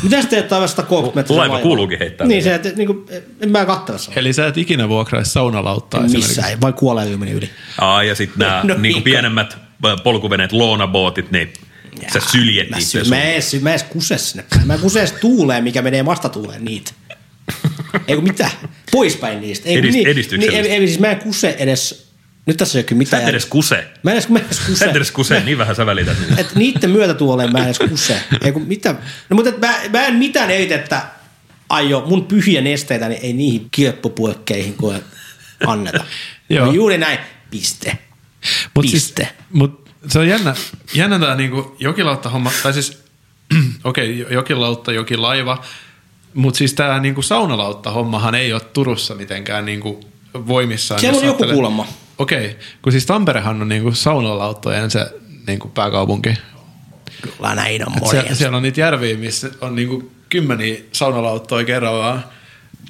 Speaker 3: Miten sä teet taivasta 30 metriä
Speaker 1: Laiva kuuluukin heittää
Speaker 3: Niin se, että niin kuin, en mä katsele sanoa.
Speaker 2: Eli sä et ikinä vuokraisi saunalauttaa
Speaker 3: Missä ei, vai kuolee yli yli.
Speaker 1: Aa, ja sitten nämä
Speaker 3: No
Speaker 1: no, niinku
Speaker 3: niin.
Speaker 1: pienemmät ö, polkuveneet, loonabootit, niin sä syljet
Speaker 3: Mä,
Speaker 1: niitä
Speaker 3: sy-
Speaker 1: sun-
Speaker 3: mä, ees, mä ees kuse sinne. päin. Mä en kuse ees tuuleen, mikä menee vastatuuleen niitä. Ei kun mitä? Poispäin niistä. Ei, kun
Speaker 1: Edist-
Speaker 3: niin, niin,
Speaker 1: edistyksellistä.
Speaker 3: ei, ei, siis mä en kuse edes... Nyt tässä ei ole
Speaker 1: Sä
Speaker 3: kyllä mitään.
Speaker 1: et edes kuse.
Speaker 3: Mä en edes, mä en edes kuse.
Speaker 1: Sä et edes kuse, niin vähän sä välität niitä.
Speaker 3: että niiden myötätuoleen mä en edes kuse. Ei kun mitä. No mutta et mä, mä en mitään eitettä aio, mun pyhiä nesteitä, niin ei niihin kieppopuekkeihin kun anneta.
Speaker 2: Joo.
Speaker 3: No juuri näin. Piste.
Speaker 2: Mut
Speaker 3: Piste.
Speaker 2: Siis, mut se on jännä, jännä tämä niinku jokilauttahomma, tai siis okei, okay, jokilautta, jokilaiva, mutta siis tämä niinku saunalauttahommahan ei ole Turussa mitenkään niinku voimissaan.
Speaker 3: Siellä
Speaker 2: jos
Speaker 3: on joku
Speaker 2: ajattelee-
Speaker 3: kuulemma.
Speaker 2: Okei, okay, kun siis Tamperehan on niinku saunalauttojen se niinku pääkaupunki.
Speaker 3: Kyllä näin
Speaker 2: Et
Speaker 3: on
Speaker 2: Sie-
Speaker 3: morjens.
Speaker 2: siellä on niitä järviä, missä on niinku kymmeniä saunalauttoja kerrallaan.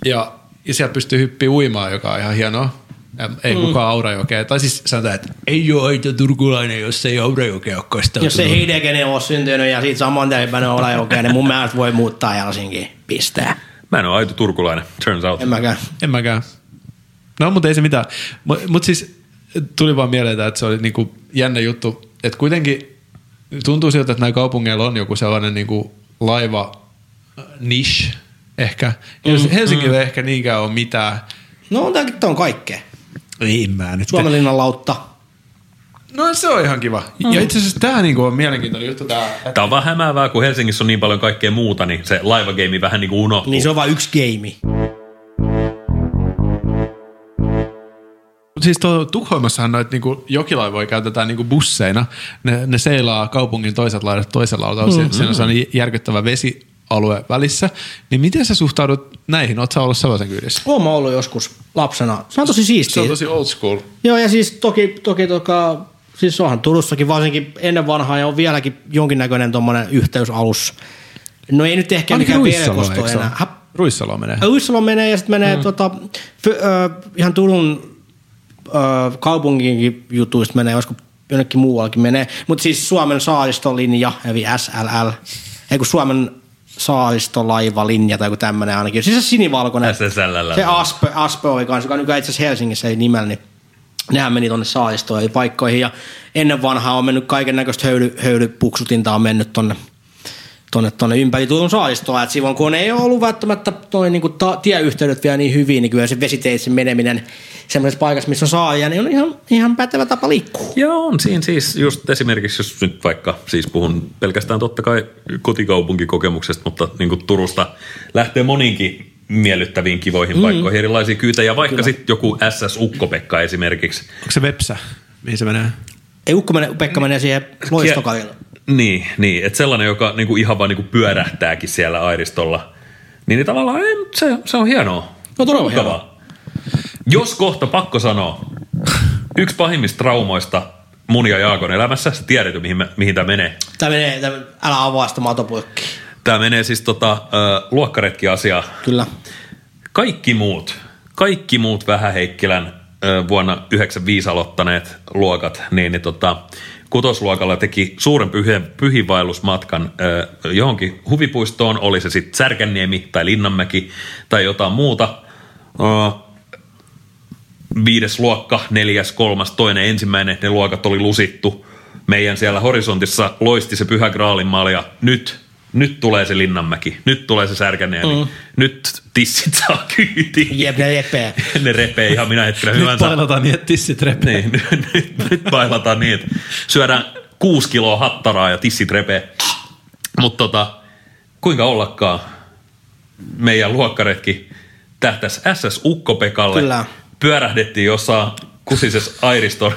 Speaker 2: Ja, ja siellä pystyy hyppiä uimaan, joka on ihan hienoa. Ja ei mm. kukaan Aurajokea. Tai siis sanotaan, että ei ole aito turkulainen, jos ei Aurajokea ole
Speaker 3: Jos
Speaker 2: kastautunut.
Speaker 3: ei Hidekene ole syntynyt ja siitä saman teipänä ole oikein, niin mun mielestä voi muuttaa Helsinkiin. Piste.
Speaker 1: Mä en ole aito turkulainen, turns out.
Speaker 3: En mäkään.
Speaker 2: En mäkään. No, mutta ei se mitään. Mutta mut siis tuli vaan mieleen, tää, että se oli niinku jännä juttu. Että kuitenkin tuntuu siltä, että näillä kaupungeilla on joku sellainen niinku laiva äh, niche ehkä. Mm, Helsingillä mm. ehkä niinkään ole mitään.
Speaker 3: No on tää on kaikkea.
Speaker 2: Ei mä nyt.
Speaker 3: Suomenlinnan lautta.
Speaker 2: No se on ihan kiva. Mm. Ja itse asiassa tämä niinku on mielenkiintoinen juttu. Tää, että
Speaker 1: Tämä on vähän hämäävää, kun Helsingissä on niin paljon kaikkea muuta, niin se laivageimi vähän niin kuin unohtuu.
Speaker 3: Niin se on vain yksi geimi.
Speaker 2: siis tuo Tukholmassahan noita niinku jokilaivoja käytetään niinku busseina. Ne, ne seilaa kaupungin toiset laidat toisella autolla. Mm-hmm. Siinä on sellainen järkyttävä vesialue välissä. Niin miten sä suhtaudut näihin? Oletko sä ollut sellaisen kyydissä?
Speaker 3: Oon mä ollut joskus lapsena. Se on tosi siistiä.
Speaker 2: Se on tosi old school.
Speaker 3: Joo, ja siis toki, toki toka, siis onhan Turussakin varsinkin ennen vanhaa ja on vieläkin jonkinnäköinen tuommoinen yhteysalus. No ei nyt ehkä
Speaker 2: Ainakin
Speaker 3: mikään
Speaker 2: Ruissalo, eikö
Speaker 3: verkosto
Speaker 2: se ole?
Speaker 3: enää. Häp,
Speaker 2: Ruissalo menee.
Speaker 3: Uissalo menee ja sitten menee mm. tota, fö, ö, ihan Turun ö, kaupunginkin jutuista menee, joskus jonnekin muuallakin menee. Mutta siis Suomen saaristolinja, eli SLL, ei kun Suomen saaristolaivalinja tai joku tämmöinen ainakin. Siis se sinivalkoinen.
Speaker 1: SSL.
Speaker 3: Se Aspe, Aspe oli kanssa, joka nykyään itse asiassa Helsingissä ei nimellä, niin nehän meni tonne saaristoon ja paikkoihin. Ja ennen vanhaa on mennyt kaiken näköistä höyly, höylypuksutinta on mennyt tonne tonne, tonne ympäri Turun saaristoa. Et silloin kun ei ole ollut välttämättä toi, niinku, ta, tieyhteydet vielä niin hyvin, niin kyllä se vesiteitse meneminen semmoisessa paikassa, missä on saaria, niin on ihan, ihan pätevä tapa liikkua.
Speaker 1: Ja on siinä siis just esimerkiksi, jos nyt vaikka, siis puhun pelkästään totta kai kotikaupunkikokemuksesta, mutta niin kuin Turusta lähtee moninkin miellyttäviin kivoihin mm. paikkoihin, erilaisia kyytejä, vaikka sitten joku SS-ukkopekka esimerkiksi.
Speaker 2: Onko se Vepsä, mihin se menee?
Speaker 3: Ei Ukko menee, Pekka menee siihen loistokalille.
Speaker 1: Niin, niin että sellainen, joka niin kuin ihan vaan niin kuin pyörähtääkin siellä airistolla, niin, niin tavallaan ei, mut se, se on hienoa.
Speaker 3: No todella
Speaker 1: Mukavaa.
Speaker 3: hienoa.
Speaker 1: Jos kohta pakko sanoa, yksi pahimmista traumoista mun ja Jaakon elämässä, sä tiedät jo, mihin, mä- mihin tämä menee.
Speaker 3: Tää menee, tää, älä avaa sitä matopurkkiä.
Speaker 1: Tämä menee siis tota, ö, luokkaretki-asiaa.
Speaker 3: Kyllä.
Speaker 1: Kaikki muut, kaikki muut Vähäheikkilän ö, vuonna 95 aloittaneet luokat, niin, niin tota, kutosluokalla teki suuren pyhien, pyhivaellusmatkan ö, johonkin huvipuistoon, oli se sitten Särkänniemi tai Linnanmäki tai jotain muuta. Ö, viides luokka, neljäs, kolmas, toinen, ensimmäinen, ne luokat oli lusittu. Meidän siellä horisontissa loisti se pyhä graalin malja. Nyt, nyt tulee se Linnanmäki, nyt tulee se Särkänniemi, mm. nyt tissit saa kyytiin.
Speaker 3: Jep, ne repee.
Speaker 1: Ne repee ihan minä hetkenä
Speaker 2: Nyt
Speaker 1: hyvänsä.
Speaker 2: pailataan niin, että tissit repee.
Speaker 1: Niin, nyt, nyt, nyt bailataan niin, että syödään kuusi kiloa hattaraa ja tissit repee. Mutta tota, kuinka ollakaan meidän luokkaretki tähtäs SS Ukkopekalle.
Speaker 3: Kyllä.
Speaker 1: Pyörähdettiin jossain kusisessa airiston,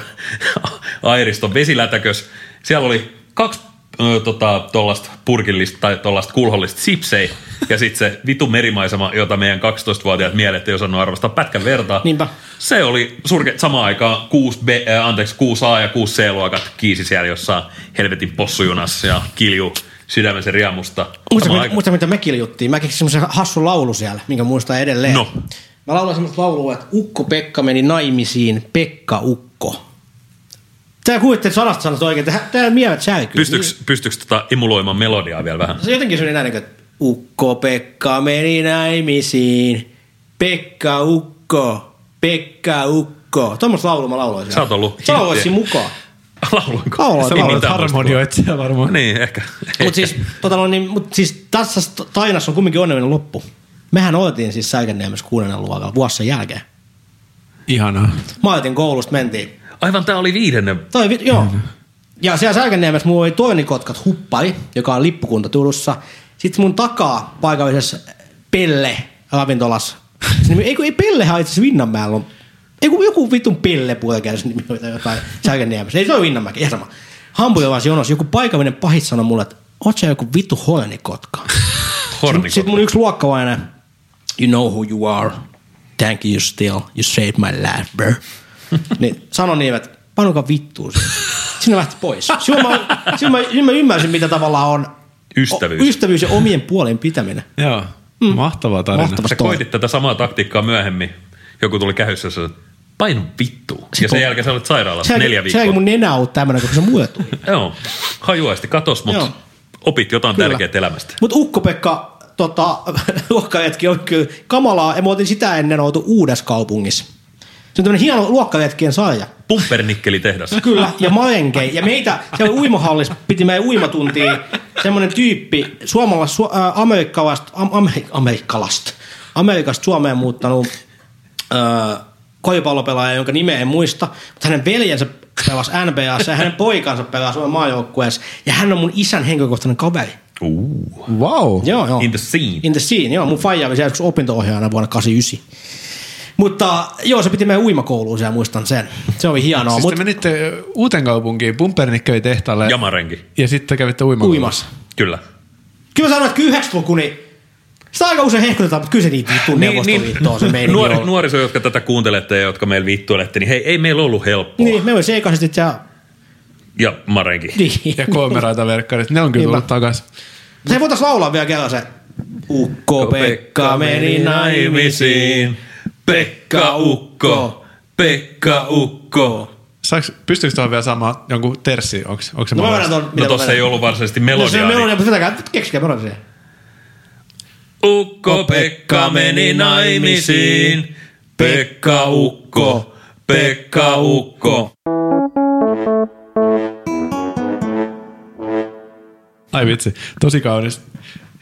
Speaker 1: airiston vesilätäkös. Siellä oli kaksi ö, tota, tuollaista purkillista tai tuollaista kulhollista sipsei ja sitten se vitu merimaisema, jota meidän 12-vuotiaat mielet ei osannut arvostaa pätkän vertaa.
Speaker 3: Niinpä.
Speaker 1: Se oli surke samaan aikaan 6B, äh, anteeksi, 6A ja 6C-luokat kiisi siellä jossain helvetin possujunassa ja kilju sydämensä riemusta. Samaan
Speaker 3: Muista,
Speaker 1: aikaan-
Speaker 3: muista, mitä me kiljuttiin. Mä keksin semmoisen hassun laulu siellä, minkä muistan edelleen.
Speaker 1: No.
Speaker 3: Mä laulan semmoista laulua, että Ukko Pekka meni naimisiin, Pekka Ukko. Tää kuvitte sanasta sanat oikein, että tää mielet särkyy.
Speaker 1: Pystyks, pystyks tota emuloimaan melodiaa vielä vähän?
Speaker 3: Se on jotenkin semmoinen ääni, että Ukko Pekka meni naimisiin, Pekka Ukko, Pekka Ukko. Tuommoista laulua mä lauloin siellä.
Speaker 1: Sä oot ollut
Speaker 3: Sä lauloit
Speaker 1: hitti.
Speaker 3: siinä mukaan.
Speaker 1: Lauloinko?
Speaker 3: Lauloin,
Speaker 1: Ei
Speaker 2: Sä
Speaker 1: mitään
Speaker 2: laulat
Speaker 1: muista.
Speaker 2: harmonioit siellä varmaan.
Speaker 1: Niin, ehkä.
Speaker 3: Mutta siis, tota, no, niin, mut siis tässä tainassa on kumminkin onnellinen loppu. Mehän oltiin siis Säikäniemessä kuudennen luokalla vuosi sen jälkeen.
Speaker 2: Ihanaa.
Speaker 3: Mä aloitin koulusta, mentiin.
Speaker 1: Aivan tää oli viidennen.
Speaker 3: Toi, vi- joo. Ja siellä Särkänniemessä mulla oli toinen kotkat huppari, joka on lippukunta Turussa. Sitten mun takaa paikallisessa Pelle ravintolassa. Se nimi, ei kun ei Pellehän on itse asiassa Vinnanmäellä on. Ei kun joku vitun Pelle puolikäydessä nimi oli tai jotain Särkänniemessä. Ei se ole Vinnanmäki, ihan sama. Hampurilaisen jonossa joku paikallinen pahit sanoi mulle, että oot sä joku vitu hornikotka.
Speaker 1: Hornikot.
Speaker 3: Sitten mun yksi luokkavainen, you know who you are, thank you still, you saved my life, bro. niin sano niin, että panuka vittuun sinne. Sinne lähti pois. Silloin mä, silloin mä, silloin mä ymmärsin, mitä tavallaan on
Speaker 1: Ystävyys.
Speaker 3: O, ystävyys ja omien puolien pitäminen.
Speaker 2: Joo. Mahtava tarina.
Speaker 3: Mahtava.
Speaker 1: Sä koitit tätä samaa taktiikkaa myöhemmin. Joku tuli kähyssä ja sanoi, painu vittu. Ja sen jälkeen sä olet sairaalassa
Speaker 3: Sen
Speaker 1: neljä
Speaker 3: jälkeen- Sen
Speaker 1: viikkoa.
Speaker 3: jälkeen mun nenä on tämmönen, koska se mulle tuli.
Speaker 1: Joo, hajuaisti katos,
Speaker 3: Joo.
Speaker 1: mutta opit jotain
Speaker 3: Kyllä.
Speaker 1: tärkeää elämästä.
Speaker 3: Mut Ukko-Pekka tota, luokkaretki on kyllä kamalaa. Ja me oltiin sitä ennen oltu uudessa kaupungissa. Se on tämmönen hieno luokkaretkien sarja.
Speaker 1: Pumpernikkelitehdas.
Speaker 3: Kyllä, ja marenkei. Ja meitä, siellä uimahallis piti meidän uimatuntiin semmoinen tyyppi, suomalais, su, ä, amerikkalast, am, amerik, amerikkalast, Amerikasta Suomeen muuttanut ä, koripallopelaaja, jonka nimeä en muista, mutta hänen veljensä pelasi NBAssa ja hänen poikansa pelaa Suomen maajoukkueessa. Ja hän on mun isän henkilökohtainen kaveri.
Speaker 1: Ooh.
Speaker 2: Wow.
Speaker 3: Joo, joo.
Speaker 1: In the scene.
Speaker 3: In the scene, joo. Mun faija oli siellä joskus opinto-ohjaajana vuonna 89. Mutta joo, se piti meidän uimakouluun siellä, muistan sen. Se oli hienoa.
Speaker 2: Siis
Speaker 3: No, mut-
Speaker 2: te menitte Uuteenkaupunkiin, Pumpernikkelin tehtaalle.
Speaker 1: Jamarenki.
Speaker 2: Ja sitten te kävitte uimassa.
Speaker 3: uimassa.
Speaker 1: Kyllä.
Speaker 3: Kyllä mä sanon, että kyllä 90-luku, niin sitä aika usein hehkutetaan, mutta kyllä se niitä vittuun neuvostoliittoon se meininki
Speaker 1: Niin, nuori,
Speaker 3: oli.
Speaker 1: nuoriso, jotka tätä kuuntelette ja jotka meillä vittuilette, niin hei, ei meillä ollut helppoa.
Speaker 3: Niin, me oli seikaisesti ja...
Speaker 1: Ja Marenki.
Speaker 3: Niin.
Speaker 2: Ja koomeroita verkkarit. Ne on kyllä
Speaker 3: Niinpä.
Speaker 2: tullut takas.
Speaker 3: Se voitais laulaa vielä kerran se. Ukko Pekka meni naimisiin.
Speaker 1: Pekka Ukko, Pekka Ukko.
Speaker 2: Saaks, pystyykö tuohon vielä saamaan jonkun terssi? Onko, onko se
Speaker 3: No mä
Speaker 2: mahdollista?
Speaker 3: vedän ton,
Speaker 1: No
Speaker 3: mä
Speaker 1: tossa
Speaker 3: vedän.
Speaker 1: ei ollut varsinaisesti
Speaker 3: No se
Speaker 1: melodiaa.
Speaker 3: on melodia,
Speaker 1: niin-
Speaker 3: mutta vetäkää, keksikä melodia siihen.
Speaker 1: Ukko Pekka meni naimisiin. Pekka Ukko, Pekka Ukko.
Speaker 2: Ai vitsi, tosi kaunis.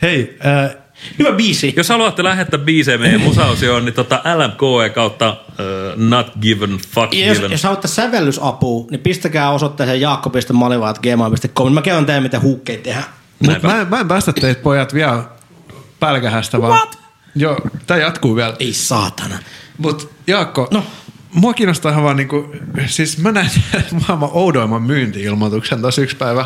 Speaker 2: Hei, äh,
Speaker 3: Hyvä biisi.
Speaker 1: Jos haluatte lähettää biisejä meidän musaosioon, niin tota LMKE kautta uh, Not Given, Fuck
Speaker 3: Ja jos,
Speaker 1: Given.
Speaker 3: jos haluatte sävellysapua, niin pistäkää osoitteeseen jaakko.malivaat.gmail.com. Mä kerron teille, miten huukkeet tehdään.
Speaker 2: mut
Speaker 1: Näinpä.
Speaker 2: mä, en- mä en päästä teitä pojat vielä pälkähästä vaan.
Speaker 3: What?
Speaker 2: Joo, tää jatkuu vielä.
Speaker 3: Ei saatana.
Speaker 2: Mut Jaakko,
Speaker 3: No.
Speaker 2: no. mua kiinnostaa ihan vaan niinku, siis mä näin maailman oudoimman myynti-ilmoituksen tossa yksi päivä,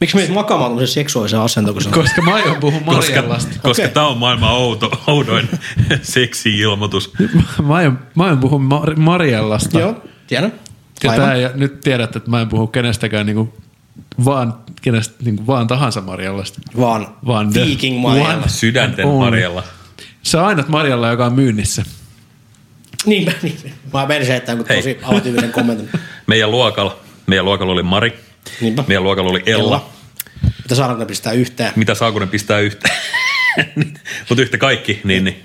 Speaker 3: Miksi menet makaamaan tämmöisen seksuaalisen asentoon, kun sä
Speaker 2: koska mä aion puhua
Speaker 1: Koska,
Speaker 2: Marjallasta.
Speaker 1: koska
Speaker 3: Okei.
Speaker 1: tämä on maailman outo, oudoin seksi-ilmoitus.
Speaker 2: Mä aion, mä aion puhua Mar- Marjallasta.
Speaker 3: Joo, tiedän.
Speaker 2: Ja
Speaker 3: Aivan.
Speaker 2: tää, ja nyt tiedät, että mä en puhu kenestäkään niinku, vaan, kenestä, niinku, vaan tahansa Marjallasta.
Speaker 3: Vaan,
Speaker 2: Vaan the
Speaker 3: Viking
Speaker 2: one.
Speaker 3: Marjalla.
Speaker 1: Sydänten
Speaker 2: On.
Speaker 1: Marjalla.
Speaker 2: Se on ainut Marjalla, joka on myynnissä.
Speaker 3: Niin, mä- niin. Mä perseittään, kun
Speaker 1: Hei.
Speaker 3: tosi avatiivisen kommentin.
Speaker 1: Meidän luokalla, meidän luokalla oli Mari,
Speaker 3: Niinpä.
Speaker 1: meidän luokalla oli Ella. Ella.
Speaker 3: Ella. Mutta saadaanko ne pistää yhteen?
Speaker 1: Mitä Saakunen pistää yhtä? Mutta yhtä kaikki, niin, niin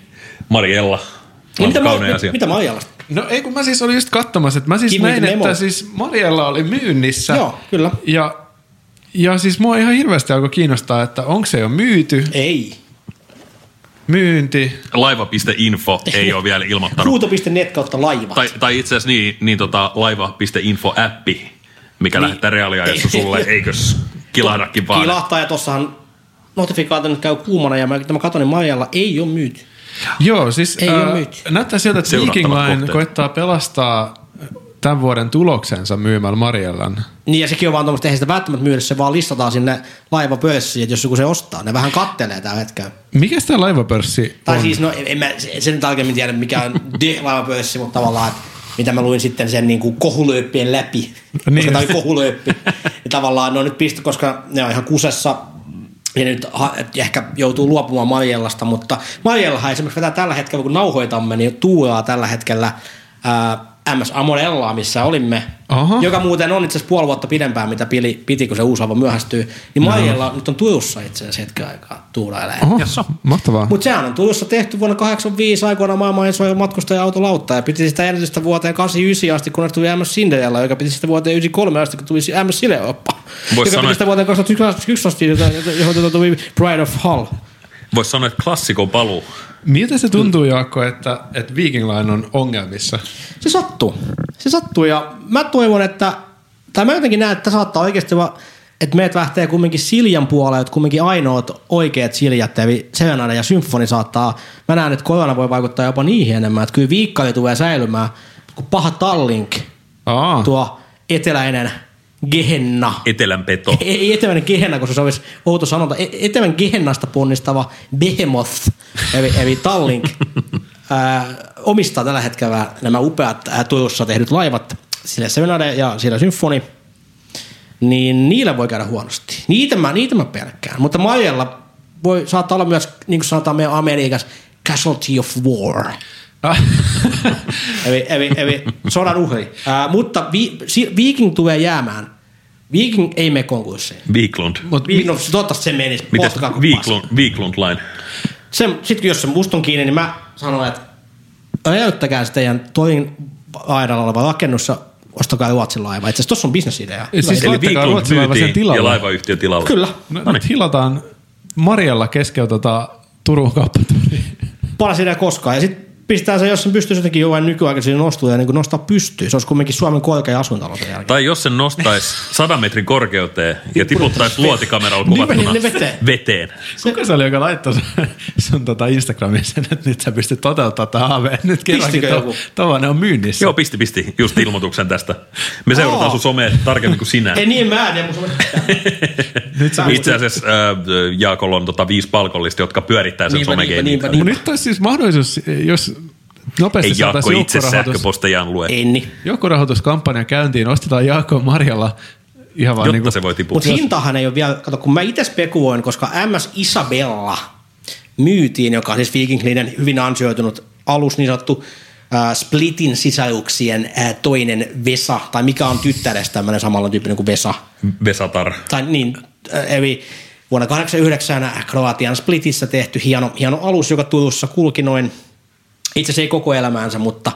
Speaker 1: Mari Ella.
Speaker 3: Niin,
Speaker 1: On
Speaker 3: mitä,
Speaker 1: kaunein
Speaker 3: mä,
Speaker 1: asia.
Speaker 3: mitä mä ajalasta?
Speaker 2: No ei, kun mä siis olin just katsomassa, että mä siis
Speaker 3: Give me
Speaker 2: näin,
Speaker 3: the memo.
Speaker 2: että siis Marjalla oli myynnissä.
Speaker 3: Joo, kyllä.
Speaker 2: Ja, ja siis mua ihan hirveästi alkoi kiinnostaa, että onko se jo myyty,
Speaker 3: Ei.
Speaker 2: myynti.
Speaker 1: Laiva.info ei ole vielä ilmoittanut.
Speaker 3: Ruuto.net kautta laivat.
Speaker 1: Tai, tai itse asiassa niin, niin tota, laiva.info-appi, mikä niin. lähettää reaaliajassa sulle, eikös kilahdakin vaan.
Speaker 3: Kilahtaa ja tossahan notifikaatio nyt käy kuumana ja mä, mä katson, niin Marjalla ei ole myyty.
Speaker 2: Joo, siis
Speaker 3: Ei oo myyty.
Speaker 2: näyttää siltä, että
Speaker 1: Seurattavat
Speaker 2: Viking Line
Speaker 1: kohteet.
Speaker 2: koittaa pelastaa tämän vuoden tuloksensa myymällä Marjallan.
Speaker 3: Niin ja sekin on vaan tuommoista, eihän sitä välttämättä myydä, se vaan listataan sinne laivapörssiin, että jos joku se ostaa, ne vähän kattelee tällä hetkellä.
Speaker 2: Mikäs tämä laivapörssi
Speaker 3: Tai
Speaker 2: on?
Speaker 3: siis, no en mä se- sen nyt tarkemmin tiedä, mikä on D-laivapörssi, mutta tavallaan, että mitä mä luin sitten sen niin kuin kohulööppien läpi, niin. koska
Speaker 2: Niin.
Speaker 3: tämä oli kohulööppi. ja tavallaan ne on nyt pistu, koska ne on ihan kusessa ja nyt ha- et ehkä joutuu luopumaan Marjellasta, mutta Marjellahan esimerkiksi vetää tällä hetkellä, kun nauhoitamme, niin tuuraa tällä hetkellä ää, MS Amorellaa, missä olimme,
Speaker 2: Aha.
Speaker 3: joka muuten on itse asiassa puoli vuotta pidempään, mitä pili, piti, kun se uusi laiva myöhästyy. Niin Marjella nyt on Turussa itse asiassa hetken aikaa tuurailee.
Speaker 2: Oho, mahtavaa.
Speaker 3: Mutta sehän on Turussa tehty vuonna 85 aikoina maailman ensimmäinen matkustaja-autolautta ja piti sitä edellytystä vuoteen 89 asti, kunnes tuli MS Cinderella, joka piti sitä vuoteen 93 asti, kun tuli MS Sileoppa.
Speaker 1: Vois
Speaker 3: joka
Speaker 1: sanoa,
Speaker 3: piti sitä vuoteen 2001 asti, jota- jota- johon tota tuli Pride of Hull.
Speaker 1: Voisi sanoa, että klassikon paluu.
Speaker 2: Miltä se tuntuu, Jaakko, että, että Viking Line on ongelmissa?
Speaker 3: Se sattuu. Se sattuu ja mä toivon, että, tai mä jotenkin näen, että saattaa oikeasti vaan, että meidät lähtee kumminkin Siljan puolelle, että kumminkin ainoat oikeat Siljat, eli Sevenade ja Symfoni saattaa, mä näen, että korona voi vaikuttaa jopa niihin enemmän, että kyllä viikkari tulee säilymään, kun paha Tallink,
Speaker 2: Aa,
Speaker 3: tuo eteläinen Gehenna.
Speaker 1: Etelän peto.
Speaker 3: Ei- E-, Ei eteläinen Gehenna, koska se olisi outo sanonta. E- Etelän Gehennasta punnistava Behemoth, eli, eli Tallink, ää, omistaa tällä hetkellä nämä upeat ää, Turussa tehdyt laivat, sillä Seminade ja sillä Symfoni, niin niillä voi käydä huonosti. Niitä mä, niitä mä pelkään. Mutta Maijalla voi saattaa olla myös, niin kuin sanotaan meidän Amerikassa, casualty of war.
Speaker 2: Ah,
Speaker 3: Eli, eli, eli sodan uhri. Ää, mutta vi, si, Viking tulee jäämään. Viking ei mene konkurssiin.
Speaker 1: Viiklund.
Speaker 2: mut
Speaker 3: Vi, no, toivottavasti se menisi.
Speaker 1: Mites
Speaker 3: Pohtikaa, kun
Speaker 1: Viiklund, Viiklund Line?
Speaker 3: pääsee. Se, sit kun jos se musta on kiinni, niin mä sanon, että räjäyttäkää se teidän toin aidalla oleva rakennus ja ostakaa Ruotsin laiva. Itse asiassa tossa on bisnesidea.
Speaker 2: siis
Speaker 1: Eli
Speaker 2: laittakaa
Speaker 1: Viiklund
Speaker 2: ruotsilaiva sen
Speaker 1: myytiin ja
Speaker 2: tilalle.
Speaker 1: laivayhtiö tilalle. niin.
Speaker 3: Kyllä. niin.
Speaker 2: No, nyt hilataan Marjalla keskeytetään Turun kauppatori.
Speaker 3: Paras idea koskaan. Ja sitten pistää se, jos sen pystyisi jotenkin jollain nykyaikaisilla nostuja niin kuin nostaa pystyyn. Se olisi kuitenkin Suomen korkein asuintalo sen jälkeen.
Speaker 1: Tai jos sen nostaisi sadan metrin korkeuteen
Speaker 3: Niin
Speaker 1: ja tiputtaisi luotikameralla kuvattuna
Speaker 3: Nimenomaan niin veteen.
Speaker 1: veteen.
Speaker 2: Kuka se oli, joka laittoi sun, sun tota Instagramiin sen, että nyt sä pystyt toteuttamaan tämä haave. Nyt kerrankin
Speaker 3: Pistikö
Speaker 2: to,
Speaker 3: joku?
Speaker 2: tavallaan on myynnissä.
Speaker 1: Joo, pisti, pisti. Just ilmoituksen tästä. Me seurataan
Speaker 3: Aa.
Speaker 1: sun somea tarkemmin kuin sinä.
Speaker 3: Ei niin, mä en tiedä, mutta
Speaker 2: nyt sä
Speaker 1: Itse asiassa äh, Jaakolla on tota viisi palkollista, jotka pyörittää sen
Speaker 3: Niinpä,
Speaker 1: somegeinin.
Speaker 3: niinpä, niinpä,
Speaker 2: Mut nyt olisi siis mahdollisuus, jos nopeasti
Speaker 1: Ei Jaakko
Speaker 2: saataisiin
Speaker 1: itse
Speaker 2: joukkorahoitus,
Speaker 1: sähköpostejaan lue,
Speaker 3: Ei niin.
Speaker 2: joukkorahoituskampanja käyntiin, ostetaan Jaakko Marjalla ihan vaan
Speaker 1: jotta
Speaker 2: niinku,
Speaker 1: se voi tiputtaa.
Speaker 3: Mutta hintahan ei ole vielä, kato kun mä itse spekuloin, koska MS Isabella myytiin, joka on siis Viking Linen hyvin ansioitunut alus, niin sanottu äh, Splitin sisaruksien äh, toinen Vesa, tai mikä on tyttärestä tämmöinen samalla tyyppinen kuin Vesa.
Speaker 1: Vesatar.
Speaker 3: Tai niin, äh, eli vuonna 1989 Kroatian Splitissä tehty hieno, hieno alus, joka tutussa kulki noin, itse asiassa ei koko elämäänsä, mutta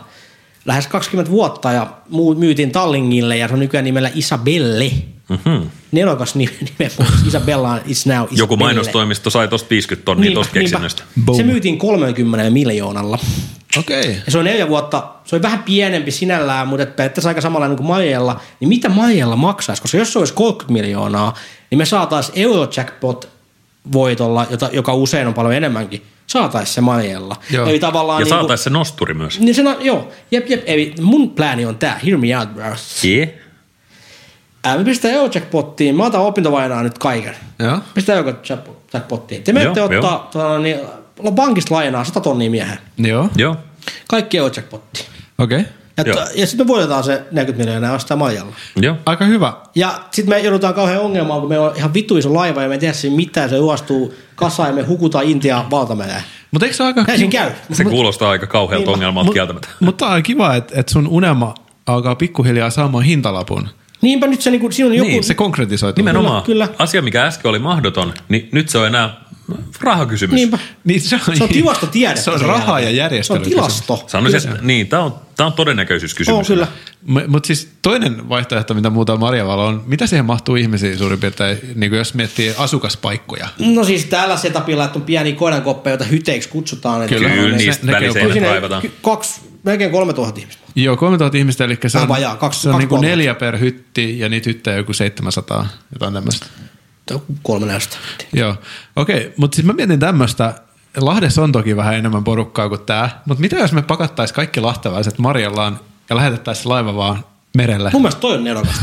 Speaker 3: lähes 20 vuotta ja muu- myytiin Tallingille ja se on nykyään nimellä Isabelle.
Speaker 1: Mhm.
Speaker 3: Siis Nelokas nime, nime mutta Isabella on- is now Isabelle.
Speaker 1: Joku mainostoimisto sai tosta 50 tonnia
Speaker 3: Niinpä,
Speaker 1: tosta keksinnöstä.
Speaker 3: niinpä. Se myytiin 30 miljoonalla.
Speaker 2: Okei. Okay.
Speaker 3: Ja se on neljä vuotta, se on vähän pienempi sinällään, mutta et periaatteessa aika samanlainen kuin Majella. Niin mitä Majella maksaisi? Koska jos se olisi 30 miljoonaa, niin me saataisiin Eurojackpot voitolla, jota, joka usein on paljon enemmänkin, saataisiin se Majella.
Speaker 2: Joo.
Speaker 3: Eli tavallaan
Speaker 1: Ja
Speaker 3: niinku-
Speaker 1: saataisiin se nosturi myös.
Speaker 3: niin se, on- joo, jep, jep, eli mun plääni on tää, hear me out, bro.
Speaker 1: Yeah.
Speaker 3: Ää, me pistetään Eurojackpottiin, mä otan opintovainaa nyt kaiken.
Speaker 2: Joo.
Speaker 3: Pistetään Eurojackpottiin. Te menette
Speaker 1: Joo,
Speaker 3: ottaa tota, niin, pankista lainaa 100 tonnia miehen.
Speaker 2: Joo.
Speaker 1: Joo.
Speaker 3: Kaikki Eurojackpottiin.
Speaker 2: Okei. Okay.
Speaker 3: Ja,
Speaker 1: Joo.
Speaker 3: t- ja sitten me voitetaan se 40 miljoonaa ostaa Maijalla.
Speaker 1: Joo.
Speaker 2: Aika hyvä.
Speaker 3: Ja sitten me joudutaan kauhean ongelmaan, kun meillä on ihan vitu iso laiva ja me ei tehdä siinä mitään, se juostuu kasaan ja me hukutaan Intiaan valtamereen.
Speaker 2: Mutta eikö se aika...
Speaker 3: Näin siinä käy.
Speaker 1: Se kuulostaa aika
Speaker 3: Niin,
Speaker 1: kauhealta ongelmalta kieltämättä.
Speaker 2: Mutta on kiva, että, että sun unelma alkaa pikkuhiljaa saamaan hintalapun.
Speaker 3: Niinpä nyt se, niin siinä on joku...
Speaker 2: Niin, se konkretisoituu.
Speaker 1: Nimenomaan.
Speaker 3: Kyllä,
Speaker 1: Kyllä,
Speaker 3: kyllä.
Speaker 1: Asia, mikä äsken oli mahdoton, niin nyt se on enää rahakysymys.
Speaker 3: Niinpä.
Speaker 2: Niin, siis- se, on,
Speaker 3: Se on tilastotiedettä.
Speaker 2: Se on
Speaker 3: sen
Speaker 2: rahaa ja
Speaker 3: jälkeen.
Speaker 2: järjestely.
Speaker 3: Se on tilasto.
Speaker 1: Sanoisin, että niin, tämä on, tää on todennäköisyyskysymys.
Speaker 3: On kyllä.
Speaker 2: Mutta siis toinen vaihtoehto, mitä muuta Marjavalo on, mitä siihen mahtuu ihmisiä suurin piirtein, niin kuin jos miettii asukaspaikkoja?
Speaker 3: No siis tällä setupilla, että on pieni koirankoppeja, joita hyteiksi kutsutaan. että
Speaker 2: Kyllä, niin
Speaker 3: ne-
Speaker 1: Kyllä
Speaker 2: Ne-
Speaker 1: niistä
Speaker 2: nekin on
Speaker 1: väliseinät
Speaker 3: siinä
Speaker 1: raivataan.
Speaker 3: ky- kaksi, melkein 3000 ihmistä.
Speaker 2: Joo, 3000 ihmistä, eli se
Speaker 3: Vähän
Speaker 2: on,
Speaker 3: vajaa, kaksi-
Speaker 2: se on
Speaker 3: kaksi
Speaker 2: niin kuin
Speaker 3: kolmea.
Speaker 2: neljä per hytti ja niitä hyttejä joku 700, jotain tämmöistä.
Speaker 3: Tai Kolme näistä.
Speaker 2: Joo, okei, okay, mutta siis mä mietin tämmöistä, Lahdessa on toki vähän enemmän porukkaa kuin tämä, mutta mitä jos me pakattaisiin kaikki lahtelaiset Marjallaan ja lähetettäisiin laiva vaan merelle?
Speaker 3: Mun mielestä toi on nerokasta.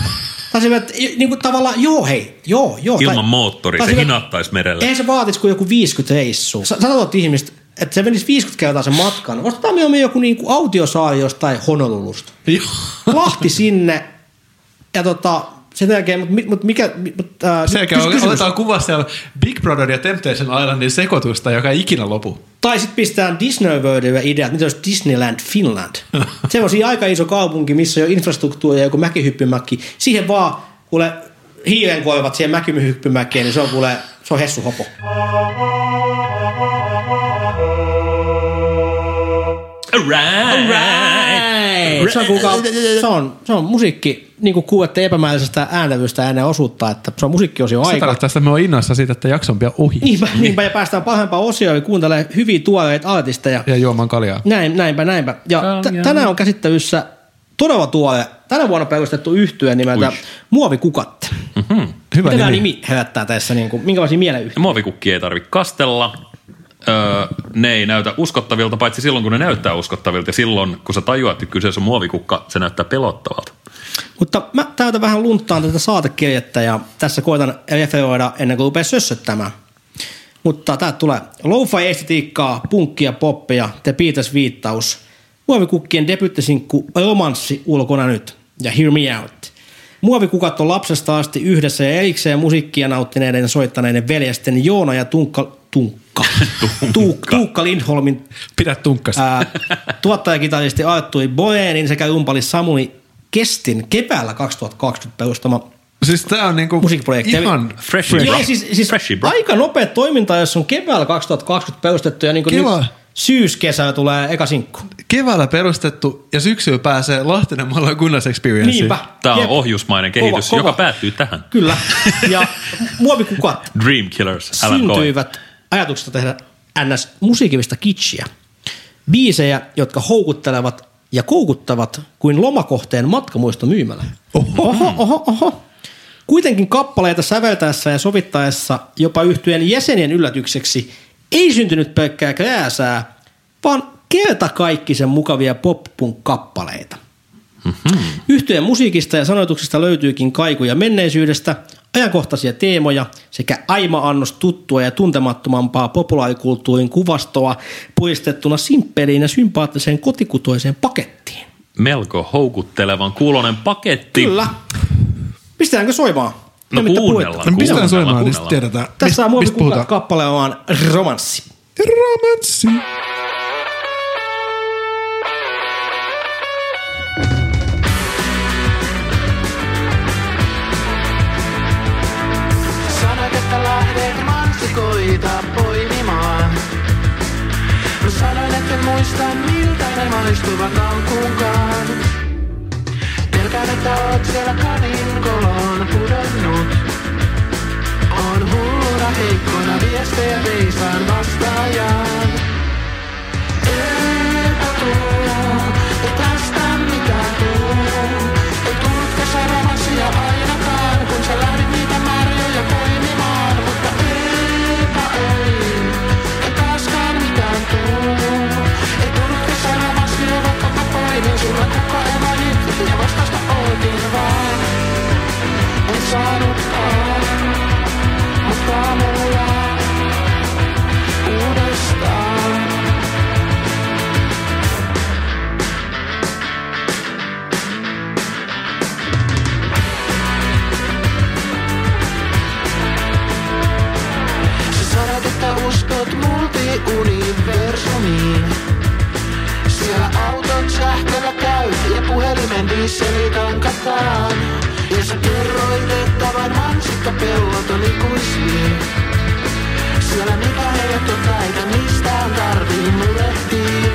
Speaker 3: Tai se, että niin kuin tavallaan, joo hei, joo, joo. tai-
Speaker 1: Ilman moottoria,
Speaker 3: tai
Speaker 1: se
Speaker 3: sille-
Speaker 1: hinattaisi merelle.
Speaker 3: Eihän se vaatisi kuin joku 50 reissua. Sa- Sanotaan ihmistä, että se menisi 50 kertaa sen matkan. Ostetaan me joku niinku autiosaari jostain Honolulusta.
Speaker 2: Joo.
Speaker 3: Lahti sinne ja tota, sen jälkeen, mutta mut mikä... Mut, ää,
Speaker 2: Sen jälkeen
Speaker 3: kys-
Speaker 2: kysymys.
Speaker 3: kysymys.
Speaker 2: otetaan kuva siellä Big Brother ja Temptation Islandin sekoitusta, joka ei ikinä lopu.
Speaker 3: Tai sitten pistetään Disney Worldille idea, että mitä olisi Disneyland Finland. Se on siinä aika iso kaupunki, missä on infrastruktuuri ja joku mäkihyppymäki. Siihen vaan, kuule, hiilen koivat siihen mäkihyppymäkeen, niin se on kuule, se on hessuhopo.
Speaker 1: Alright.
Speaker 3: Se on, kuulkaa, se on, se on musiikki, niin kuin kuulette epämääräisestä ääntävystä ennen osuutta, että se on musiikkiosio
Speaker 2: Se
Speaker 3: aika. Niin.
Speaker 2: tarkoittaa, että me on innoissa siitä, että jakso on pian ohi
Speaker 3: Niinpä, niinpä, ja päästään pahempaan osioon, ja kuuntelee hyviä tuoreita artisteja.
Speaker 2: ja juomaan kaljaa.
Speaker 3: Näin, näinpä, näinpä. Ja t- tänään on käsittelyssä todella tuore, tänä vuonna perustettu yhtye nimeltä Muovikukat.
Speaker 2: Hyvä
Speaker 3: Mitä
Speaker 2: nimi.
Speaker 3: tämä nimi herättää tässä, niin kuin, minkälaisia mieleyhtiöitä?
Speaker 1: Muovikukki ei tarvitse kastella. Öö, ne ei näytä uskottavilta, paitsi silloin kun ne näyttää uskottavilta. Ja silloin kun sä tajuat, että kyseessä on muovikukka, se näyttää pelottavalta.
Speaker 3: Mutta mä täytän vähän lunttaan tätä saatekirjettä ja tässä koitan referoida ennen kuin rupeaa sössöttämään. Mutta tää tulee lo-fi estetiikkaa, punkkia, poppia, te piitäs viittaus. Muovikukkien debyttisinkku Romanssi ulkona nyt ja Hear Me Out. Muovikukat on lapsesta asti yhdessä ja erikseen musiikkia nauttineiden ja soittaneiden veljesten Joona ja Tunkka, Tunkka, Tuukka. Tuukka Lindholmin
Speaker 2: Pidä tunkkasta.
Speaker 3: Ää, tuottajakitaristi Artturi Boenin sekä rumpali Samuli Kestin keväällä 2020 perustama
Speaker 2: Siis tää on niinku
Speaker 3: musiikkiprojekti.
Speaker 2: ihan
Speaker 1: Fresh. Fresh.
Speaker 3: Ei, siis, siis
Speaker 1: Freshi, bro.
Speaker 3: aika nopea toiminta, jos on keväällä 2020 perustettu ja niin kuin
Speaker 2: Kiva.
Speaker 3: nyt syyskesällä tulee eka sinkku.
Speaker 2: keväällä perustettu ja syksyllä pääsee Lahtinen Malla Kunnas Experience.
Speaker 3: Niinpä.
Speaker 1: Tämä on
Speaker 3: Jep.
Speaker 1: ohjusmainen
Speaker 3: Kova,
Speaker 1: kehitys,
Speaker 3: kova.
Speaker 1: joka päättyy tähän.
Speaker 3: Kyllä. Ja muovikukat
Speaker 1: Dream Killers, Alan Coy.
Speaker 3: syntyivät ajatuksesta tehdä ns. musiikillista kitschiä. Biisejä, jotka houkuttelevat ja koukuttavat kuin lomakohteen matkamuistomyymälä. Oho, oho, oho, oho. Kuitenkin kappaleita säveltäessä ja sovittaessa jopa yhtyeen jäsenien yllätykseksi ei syntynyt pelkkää krääsää, vaan kertakaikkisen mukavia pop-punk-kappaleita. Yhtyeen musiikista ja sanoituksista löytyykin kaikuja menneisyydestä, ajankohtaisia teemoja sekä aima-annos tuttua ja tuntemattomampaa populaarikulttuurin kuvastoa puistettuna simppeliin ja sympaattiseen kotikutoiseen pakettiin.
Speaker 1: Melko houkuttelevan kuulonen paketti.
Speaker 3: Kyllä. Pistetäänkö soimaan?
Speaker 1: Niin. No
Speaker 3: Nimittäin
Speaker 1: kuunnellaan.
Speaker 2: No,
Speaker 1: Kuunnellaan,
Speaker 2: Pistetään soimaan,
Speaker 1: kuunnellaan.
Speaker 2: niin sit tiedetään.
Speaker 3: puhutaan. Tässä on
Speaker 2: mistä puhutaan.
Speaker 3: muovikukat kappale on romanssi.
Speaker 2: Romanssi.
Speaker 6: Sanat, että lähdet koita poimimaan. Mä sanoin, etten muista miltä ne maistuvat alkuunkaan. Pelkään, että oot siellä kaninkoloon pudonnut. On hulluna heikkona viestejä veisaan vastaajaan. Eipä tuu, ei tästä mitään tuu. Ei tullutko sanomasi ainakaan, kun sä lähdit niitä marjoja poimimaan. Mutta eipä ei, ei taaskaan mitään tuu. Ei tullutko sanomasi vaikka mä poimin sulla koko evalit. Ja vastausta ootin vaan, en saanutkaan. Mutta aamulla uudestaan. Sä sanot, että uskot multiuniversumiin. Siellä autot sähköllä käy ja puhelimen dieseli tankataan. Ja sä kerroit, että vain mansikkapellot on ikuisia. Siellä mikä ei ole tota eikä mistään tarvii murehtia.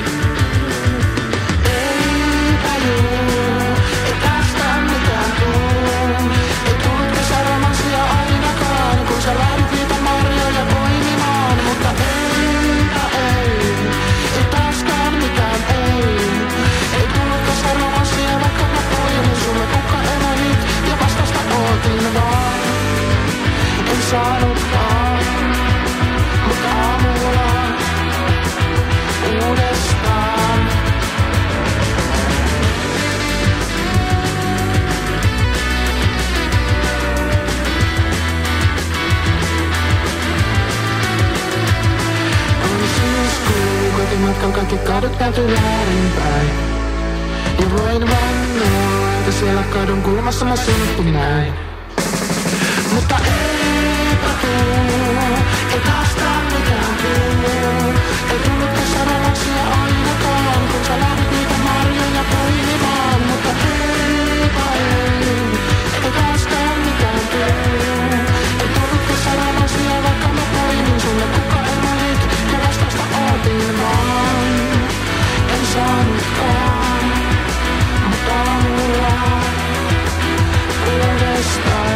Speaker 6: Eipä juu, ei tästä mitään tuu. Ei tullutko sä romanssia ainakaan, kun sä lähdit niitä marjoja poimimaan. Mutta eipä ei, ei taaskaan mitään ei. Ei tullutko sä romanssia, vaikka mä poimin sulle kuka elänyt. Ja vastausta ootin vaan, en saanutkaan. Mutta aamulla uudestaan. On syyskuu, kotimatkan kaikki kadut käyty väärinpäin. Ja voin vannoa, että siellä kadun kulmassa mä silti näin. Mutta eipä tuu, ei taaskaan mitään tuu. Ei tullutko sanomaksia ainakaan, kun sä lähdit niitä marjoja poimimaan. Mutta eipä ei, ei taaskaan mitään tuu. Ei tullutko sanomaksia, vaikka mä poimin sulle kuka eläit. Ja vastausta ootin vaan, en saanutkaan. Mutta aamulla uudestaan.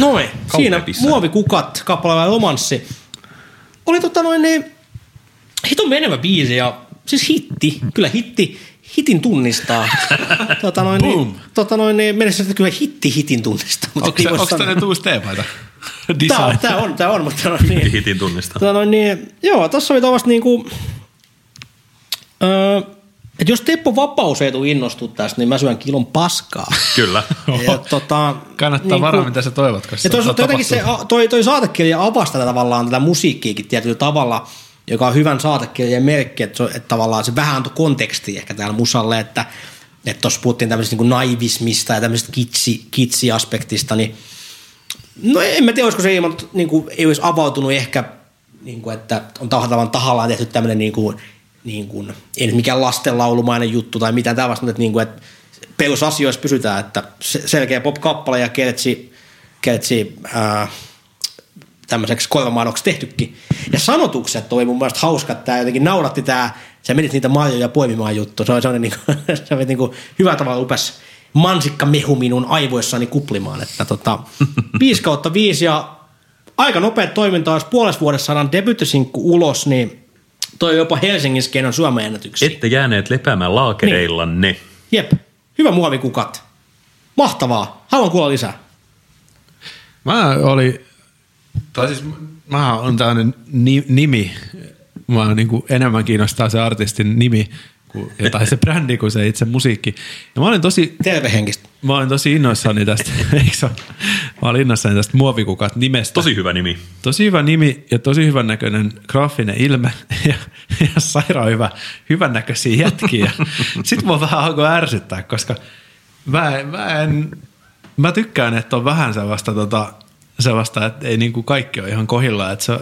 Speaker 3: No me, siinä
Speaker 1: Kauppapissa.
Speaker 3: muovikukat, kappale vai romanssi. Oli tota noin niin, hiton menevä biisi ja siis hitti, kyllä hitti, hitin tunnistaa. tota noin, niin, tota noin niin, mennessä että kyllä hitti hitin tunnistaa. mutta ei voi
Speaker 2: Onko
Speaker 3: sanoa.
Speaker 2: tänne uusi teepaita?
Speaker 3: Tää on,
Speaker 2: Design.
Speaker 3: tää on, tää on, mutta no niin.
Speaker 1: Hitin tunnistaa.
Speaker 3: Tota noin, niin, joo, tässä oli tuommoista niinku, öö, että jos Teppo Vapaus ei tule innostua tästä, niin mä syön kilon paskaa.
Speaker 1: Kyllä.
Speaker 3: ja, tota,
Speaker 2: Kannattaa
Speaker 3: niinku-
Speaker 2: niin varaa, mitä sä toivot, koska
Speaker 3: ja toisaalta jotenkin se, a- toi, toi saatekirja avasi tätä tavallaan tätä musiikkiakin tietyllä tavalla, joka on hyvän saatekirjan merkki, että, se, on- että tavallaan se vähän antoi kontekstia ehkä täällä musalle, että että tuossa puhuttiin tämmöisestä niin naivismista ja tämmöisestä kitsi, kitsiaspektista, niin no en mä tiedä, olisiko se ilman, niin kuin, ei olisi avautunut ehkä, niin kuin, että on tahallaan, tahallaan tehty tämmöinen niin kuin, niin kuin, ei nyt mikään lastenlaulumainen juttu tai mitään tällaista, mutta että, niin kuin, että perusasioissa pysytään, että se- selkeä pop-kappale ja kertsi, kertsi ää, tämmöiseksi korvamaadoksi tehtykin. Ja sanotukset oli mun mielestä hauskat, tämä jotenkin nauratti tämä, sä menit niitä marjoja poimimaan juttu, se oli sellainen niin kuin, se oli niin kuin hyvä tavalla upes mansikka mehu minun aivoissani kuplimaan, että tota, 5 kautta 5 ja aika nopea toiminta, jos puolessa vuodessa saadaan debyttisinkku ulos, niin toi jopa Helsingin skeenon Suomen ennätyksiä.
Speaker 1: Ette jääneet lepäämään laakereillanne.
Speaker 2: Niin.
Speaker 3: Jep, hyvä muovikukat. Mahtavaa, haluan kuulla lisää.
Speaker 2: Mä oli, tai siis mä on tämmöinen ni, nimi. Mä niin kuin enemmän kiinnostaa se artistin nimi kuin, ja- tai se brändi kuin se itse musiikki. Ja mä olin tosi,
Speaker 3: Terve henkistä.
Speaker 2: mä olin tosi innoissani tästä, eikö se ole? Mä olin innoissani tästä muovikukat nimestä.
Speaker 1: Tosi hyvä nimi.
Speaker 2: Tosi hyvä nimi ja tosi hyvän näköinen graafinen ilme ja, ja sairaan hyvä, hyvän näköisiä jätkiä. Sitten mua vähän alkoi ärsyttää, koska mä, en- mä, en, mä tykkään, että on vähän sellaista, tota, sellaista että ei niin kuin kaikki ole ihan kohilla. Että se,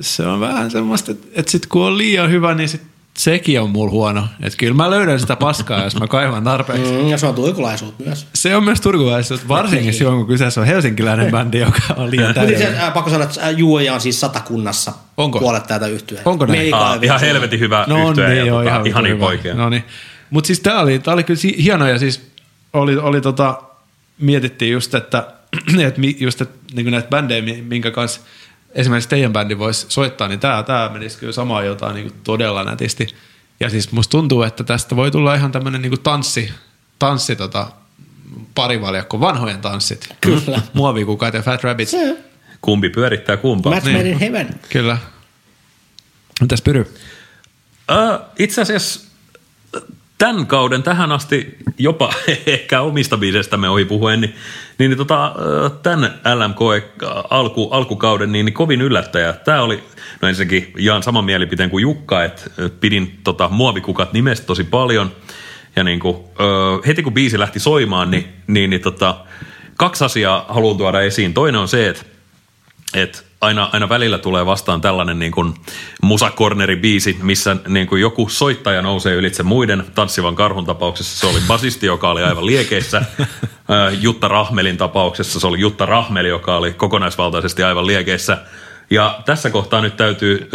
Speaker 2: se on vähän semmoista, että, että sit kun on liian hyvä, niin sit sekin on mulla huono. Että kyllä mä löydän sitä paskaa, jos mä kaivan tarpeeksi.
Speaker 3: Mm, ja se on turkulaisuutta myös.
Speaker 2: Se on myös turkulaisuus, varsinkin silloin, kun kyseessä on helsinkiläinen bändi, joka on liian
Speaker 3: Mutta itse
Speaker 2: täydellinen.
Speaker 3: asiassa, äh, pakko sanoa, että äh, Juoja on siis satakunnassa
Speaker 2: Onko?
Speaker 3: puolet täältä yhtyä.
Speaker 2: Onko näin?
Speaker 1: Aa, Ah, ihan helvetin hyvä no, yhtyä ja
Speaker 2: niin, joo,
Speaker 1: tota, ihan
Speaker 2: vitun
Speaker 1: ihania
Speaker 2: hyvä.
Speaker 1: poikia.
Speaker 2: No niin. Mutta siis tämä oli, tää oli kyllä si- hieno ja siis oli, oli tota, mietittiin just, että, että mi- just että, niin näitä bändejä, mi- minkä kanssa esimerkiksi teidän bändi voisi soittaa, niin tämä tää menisi kyllä samaa jotain niin todella nätisti. Ja siis musta tuntuu, että tästä voi tulla ihan tämmöinen niin tanssi, tanssi tota, parivaljakko, vanhojen tanssit.
Speaker 3: Kyllä.
Speaker 2: Muovikukat ja Fat Rabbits.
Speaker 3: Se,
Speaker 1: Kumpi pyörittää kumpaa?
Speaker 2: niin.
Speaker 3: match made in heaven.
Speaker 2: Kyllä. Mitäs Pyry?
Speaker 1: Ö, itse asiassa tämän kauden tähän asti jopa ehkä omista biisestämme ohi puhuen, niin, niin, niin tota, ö, tämän LMK alku, alkukauden niin, niin kovin yllättäjä. Tämä oli, no ensinnäkin jaan saman mielipiteen kuin Jukka, että ö, pidin tota, muovikukat nimestä tosi paljon. Ja niin kuin, ö, heti kun biisi lähti soimaan, niin, niin, niin tota, kaksi asiaa haluan tuoda esiin. Toinen on se, että et aina, aina välillä tulee vastaan tällainen niin kuin musakorneri-biisi, missä niin kuin joku soittaja nousee ylitse muiden. Tanssivan karhun tapauksessa se oli basisti, joka oli aivan liekeissä. Ö, Jutta Rahmelin tapauksessa se oli Jutta Rahmeli, joka oli kokonaisvaltaisesti aivan liekeissä. Ja tässä kohtaa nyt täytyy,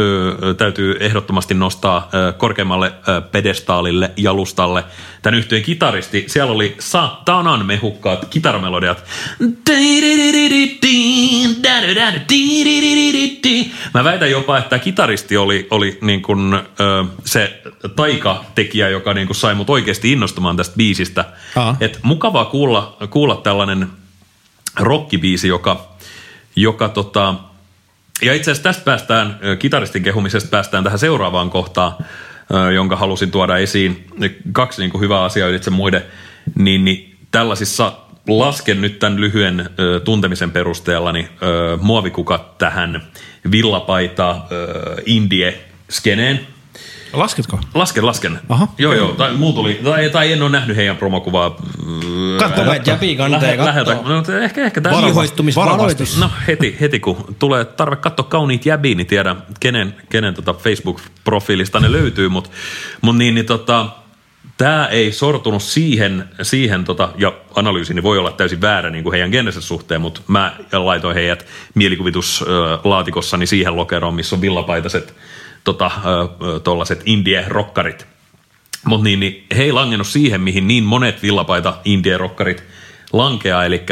Speaker 1: ö, täytyy ehdottomasti nostaa ö, korkeammalle ö, pedestaalille, jalustalle, tämän yhtyeen kitaristi. Siellä oli satanan mehukkaat kitaramelodiat. Mä väitän jopa, että tämä kitaristi oli, oli niin kuin, ö, se taikatekijä, joka niin kuin sai mut oikeasti innostumaan tästä biisistä.
Speaker 2: Aha.
Speaker 1: Et mukavaa kuulla, kuulla tällainen rockibiisi, joka, joka tota, ja itse asiassa tästä päästään, ö, kitaristin kehumisesta päästään tähän seuraavaan kohtaan, ö, jonka halusin tuoda esiin. Ne Kaksi niin kuin hyvää asiaa ylitse muiden, niin, niin tällaisissa lasken nyt tämän lyhyen ö, tuntemisen perusteella niin, ö, muovikukat tähän villapaita ö, indie-skeneen.
Speaker 2: Lasketko?
Speaker 1: Lasken, lasken.
Speaker 2: Aha.
Speaker 1: Joo, joo. Tai, muu tuli, tai, tai en ole nähnyt heidän promokuvaa. mm,
Speaker 4: Katso,
Speaker 3: Tämä Jabi kannattaa
Speaker 1: lähe- läheltä.
Speaker 3: katsoa.
Speaker 1: No, ehkä, ehkä tässä.
Speaker 3: Kiihoittumisvaroitus.
Speaker 1: No heti, heti kun tulee tarve katsoa kauniit jäbiä, niin tiedän, kenen, kenen tota Facebook-profiilista ne löytyy, mutta mut niin, niin tota, tämä ei sortunut siihen, siihen tota, ja analyysini voi olla täysin väärä niin kuin heidän genrensä suhteen, mutta mä laitoin heidät mielikuvituslaatikossani siihen lokeroon, missä on villapaitaiset tota, ö, ö, tollaset indie-rokkarit. Mutta niin, niin he ei langennut siihen, mihin niin monet villapaita indie-rokkarit lankeaa. Eli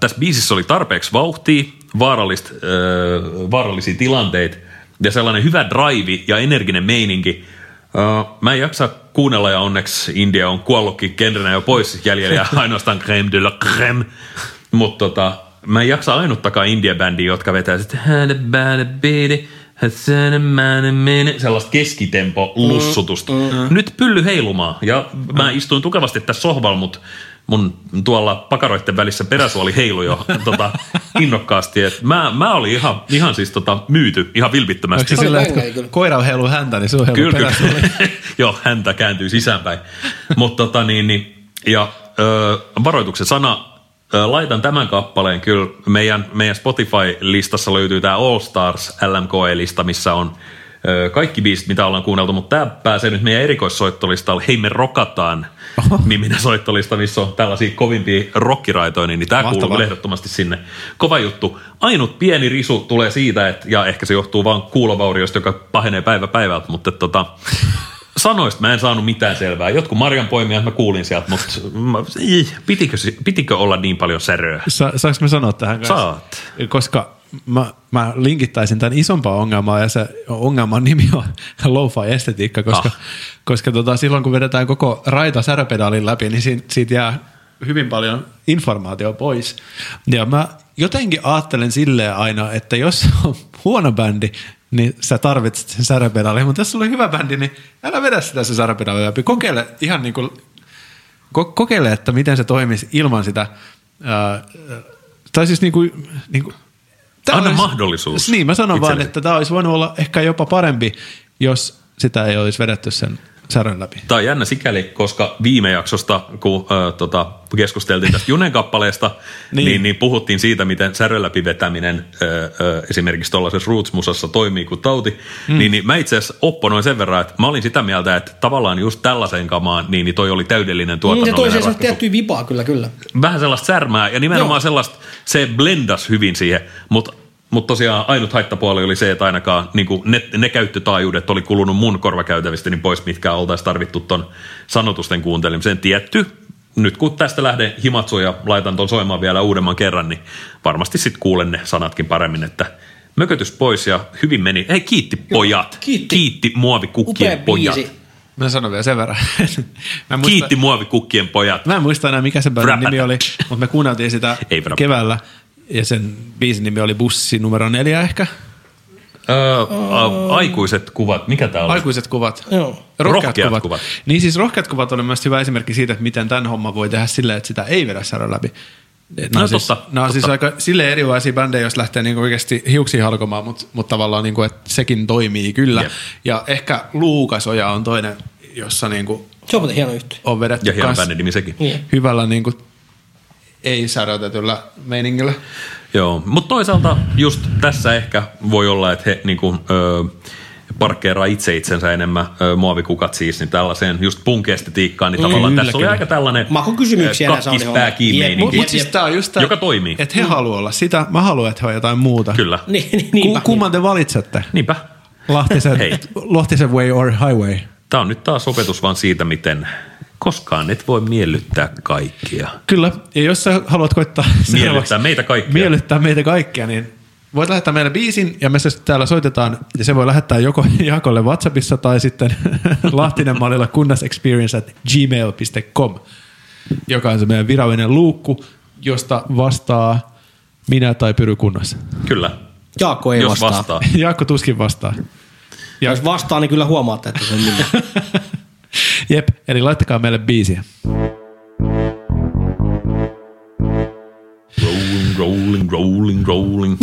Speaker 1: tässä biisissä oli tarpeeksi vauhtia, vaarallist, ö, vaarallisia tilanteita ja sellainen hyvä drive ja energinen meininki. Ö, mä en jaksa kuunnella ja onneksi India on kuollutkin genrenä jo pois siis jäljellä ja ainoastaan crème de la crème. Mutta tota, mä en jaksa ainuttakaan indie-bändiä, jotka vetää sitten sellaista keskitempo lussutusta. Nyt pylly heilumaan ja mä istuin tukevasti tässä sohvalla, mutta mun tuolla pakaroitten välissä peräsuoli heilu jo tota, innokkaasti. Et mä, mä olin ihan, ihan siis tota, myyty ihan vilpittömästi.
Speaker 2: Onko se
Speaker 3: Oli
Speaker 2: sillä, että
Speaker 3: bängäri
Speaker 2: kun
Speaker 3: kyllä.
Speaker 2: koira on heilu häntä, niin se on heilu
Speaker 1: Kyllä,
Speaker 2: perässä.
Speaker 1: kyllä. Joo, häntä kääntyy sisäänpäin. Mutta tota niin, niin ja ö, varoituksen sana, ö, laitan tämän kappaleen kyllä. Meidän, meidän Spotify-listassa löytyy tämä All Stars LMKE-lista, missä on ö, kaikki biisit, mitä ollaan kuunneltu, mutta tämä pääsee nyt meidän erikoissoittolistalle, Hei me rokataan, niminen soittolista, missä on tällaisia kovimpia rokkiraitoja, niin tämä kuuluu
Speaker 2: Mahtavaa.
Speaker 1: kyllä ehdottomasti sinne. Kova juttu. Ainut pieni risu tulee siitä, että, ja ehkä se johtuu vaan kuulovaurioista, joka pahenee päivä päivältä, mutta tota, sanoista mä en saanut mitään selvää. Jotkut marjanpoimijat mä kuulin sieltä, mutta mä, ei, pitikö, si- pitikö olla niin paljon säröä?
Speaker 2: Sa- saanko mä sanoa tähän kanssa?
Speaker 1: Saat.
Speaker 2: Koska mä, mä linkittäisin tämän isompaa ongelmaa ja se ongelman nimi on lo-fi estetiikka, koska,
Speaker 1: Ah.
Speaker 2: ah. koska tota, silloin kun vedetään koko raita säröpedaalin läpi, niin siitä, siitä jää hyvin paljon informaatiota pois. Ja mä jotenkin ajattelen silleen aina, että jos on huono bändi, niin sä tarvitset sen säröpedaalin, mutta jos sulla on hyvä bändi, niin älä vedä sitä sen säröpedaalin läpi. Kokeile ihan niin kuin ko- kokeile, että miten se toimisi ilman sitä. Ää, tai siis niinku, niinku, tää
Speaker 1: Anna mahdollisuus
Speaker 2: Niin, mä sanon vaan,
Speaker 1: itsellesi.
Speaker 2: että tämä olisi voinut olla ehkä jopa parempi, jos sitä ei olisi vedetty sen särön läpi.
Speaker 1: Tämä on jännä sikäli, koska viime jaksosta, kun ö, tota, keskusteltiin tästä Junen kappaleesta, niin. Niin, niin puhuttiin siitä, miten säröläpi vetäminen ö, ö, esimerkiksi tuollaisessa roots-musassa toimii kuin tauti. Mm. Niin, niin mä itse asiassa opponoin sen verran, että mä olin sitä mieltä, että tavallaan just tällaiseen kamaan, niin, niin toi oli täydellinen
Speaker 7: Mm, Se toi
Speaker 1: tuotannollinen
Speaker 7: siis
Speaker 1: ratkaisu.
Speaker 7: tiettyä vipaa kyllä, kyllä.
Speaker 1: Vähän sellaista särmää ja nimenomaan Joo.
Speaker 7: Joo.
Speaker 1: sellaista, se blendas hyvin siihen, mutta mutta tosiaan ainut haittapuoli oli se, että ainakaan niin kuin ne, ne käyttötaajuudet oli kulunut mun korvakäytävistä niin pois, mitkä oltaisiin tarvittu ton sanotusten kuuntelemiseen. Tietty, nyt kun tästä lähden himatsu ja laitan ton soimaan vielä uudemman kerran, niin varmasti sitten kuulen ne sanatkin paremmin, että mökötys pois ja hyvin meni. Hei kiitti pojat,
Speaker 7: kiitti.
Speaker 1: kiitti
Speaker 7: Upea
Speaker 1: muovikukkien pojat,
Speaker 7: biisi.
Speaker 2: Mä sanon vielä sen verran. mä en muista-
Speaker 1: kiitti muovikukkien pojat.
Speaker 2: Mä en muista enää, mikä se bändin
Speaker 1: Wrap it.
Speaker 2: nimi oli, mutta me kuunneltiin sitä
Speaker 1: Ei wrap it.
Speaker 2: keväällä. Ja sen biisin nimi oli Bussi numero neljä ehkä.
Speaker 1: Öö, a- aikuiset kuvat, mikä tää oli?
Speaker 2: Aikuiset kuvat.
Speaker 7: Joo.
Speaker 2: Rohkeat,
Speaker 1: Rohkeat kuvat.
Speaker 2: kuvat. kuvat. Niin siis rohkeat kuvat oli myös hyvä esimerkki siitä, että miten tämän homman voi tehdä silleen, että sitä ei vedä särön läpi. Et
Speaker 1: No
Speaker 2: on siis,
Speaker 1: totta,
Speaker 2: nämä on siis
Speaker 1: totta.
Speaker 2: aika sille erilaisia bändejä, jos lähtee niinku oikeasti hiuksiin halkomaan, mutta mut tavallaan niinku, että sekin toimii kyllä.
Speaker 1: Jep.
Speaker 2: Jep. Ja ehkä Luukasoja on toinen, jossa niinku
Speaker 7: Se on muuten hieno yhtiö.
Speaker 2: on vedetty
Speaker 1: Ja hieno
Speaker 2: kans
Speaker 1: bändin nimi sekin.
Speaker 7: Niin.
Speaker 2: hyvällä niinku ei-särötetyllä meiningillä.
Speaker 1: Niin, Joo, mutta toisaalta just tässä ehkä voi olla, että he niinku, ö, parkkeeraa itse itsensä enemmän, ö, muovikukat siis, niin tällaiseen just punkiestetiikkaan, niin tavallaan
Speaker 2: kyllä,
Speaker 1: tässä oli
Speaker 2: kyllä.
Speaker 1: aika tällainen
Speaker 7: Makukysymyksiä
Speaker 1: ö, niin
Speaker 7: nää saudi
Speaker 1: kakkispää
Speaker 7: hommat.
Speaker 1: kiinni
Speaker 7: Jep,
Speaker 1: meininki.
Speaker 7: mut-
Speaker 2: Mutta siis tämä on just tää,
Speaker 1: Joka toimii.
Speaker 2: Että he haluaa olla sitä, mä haluan, että he on jotain muuta.
Speaker 1: Kyllä,
Speaker 7: Niin, niin,
Speaker 2: Ku,
Speaker 7: niinpä.
Speaker 2: kumman te valitsette?
Speaker 1: niinpä.
Speaker 2: Lahtisen,
Speaker 1: Hei.
Speaker 2: Lahtisen way or highway?
Speaker 1: Tämä on nyt taas opetus vaan siitä, miten koskaan et voi miellyttää kaikkia.
Speaker 2: Kyllä, ja jos sä haluat koittaa seuraavaksi
Speaker 1: Miellyttää meitä kaikkia.
Speaker 2: miellyttää meitä kaikkia, niin voit lähettää meille biisin ja me se sitten täällä soitetaan ja se voi lähettää joko Jaakolle Whatsappissa tai sitten lahtinenmallilla kunnasexperience at gmail.com, joka on se meidän virallinen luukku, josta vastaa minä tai Pyry Kunnas.
Speaker 1: Kyllä,
Speaker 7: Jaakko
Speaker 1: jos vastaa.
Speaker 2: Jaakko tuskin vastaa.
Speaker 7: Ja jos vastaa, niin kyllä huomaatte, että se on niin. minä.
Speaker 2: Jep, eli laittakaa meille biisiä.
Speaker 1: Rolling, rolling, rolling, rolling.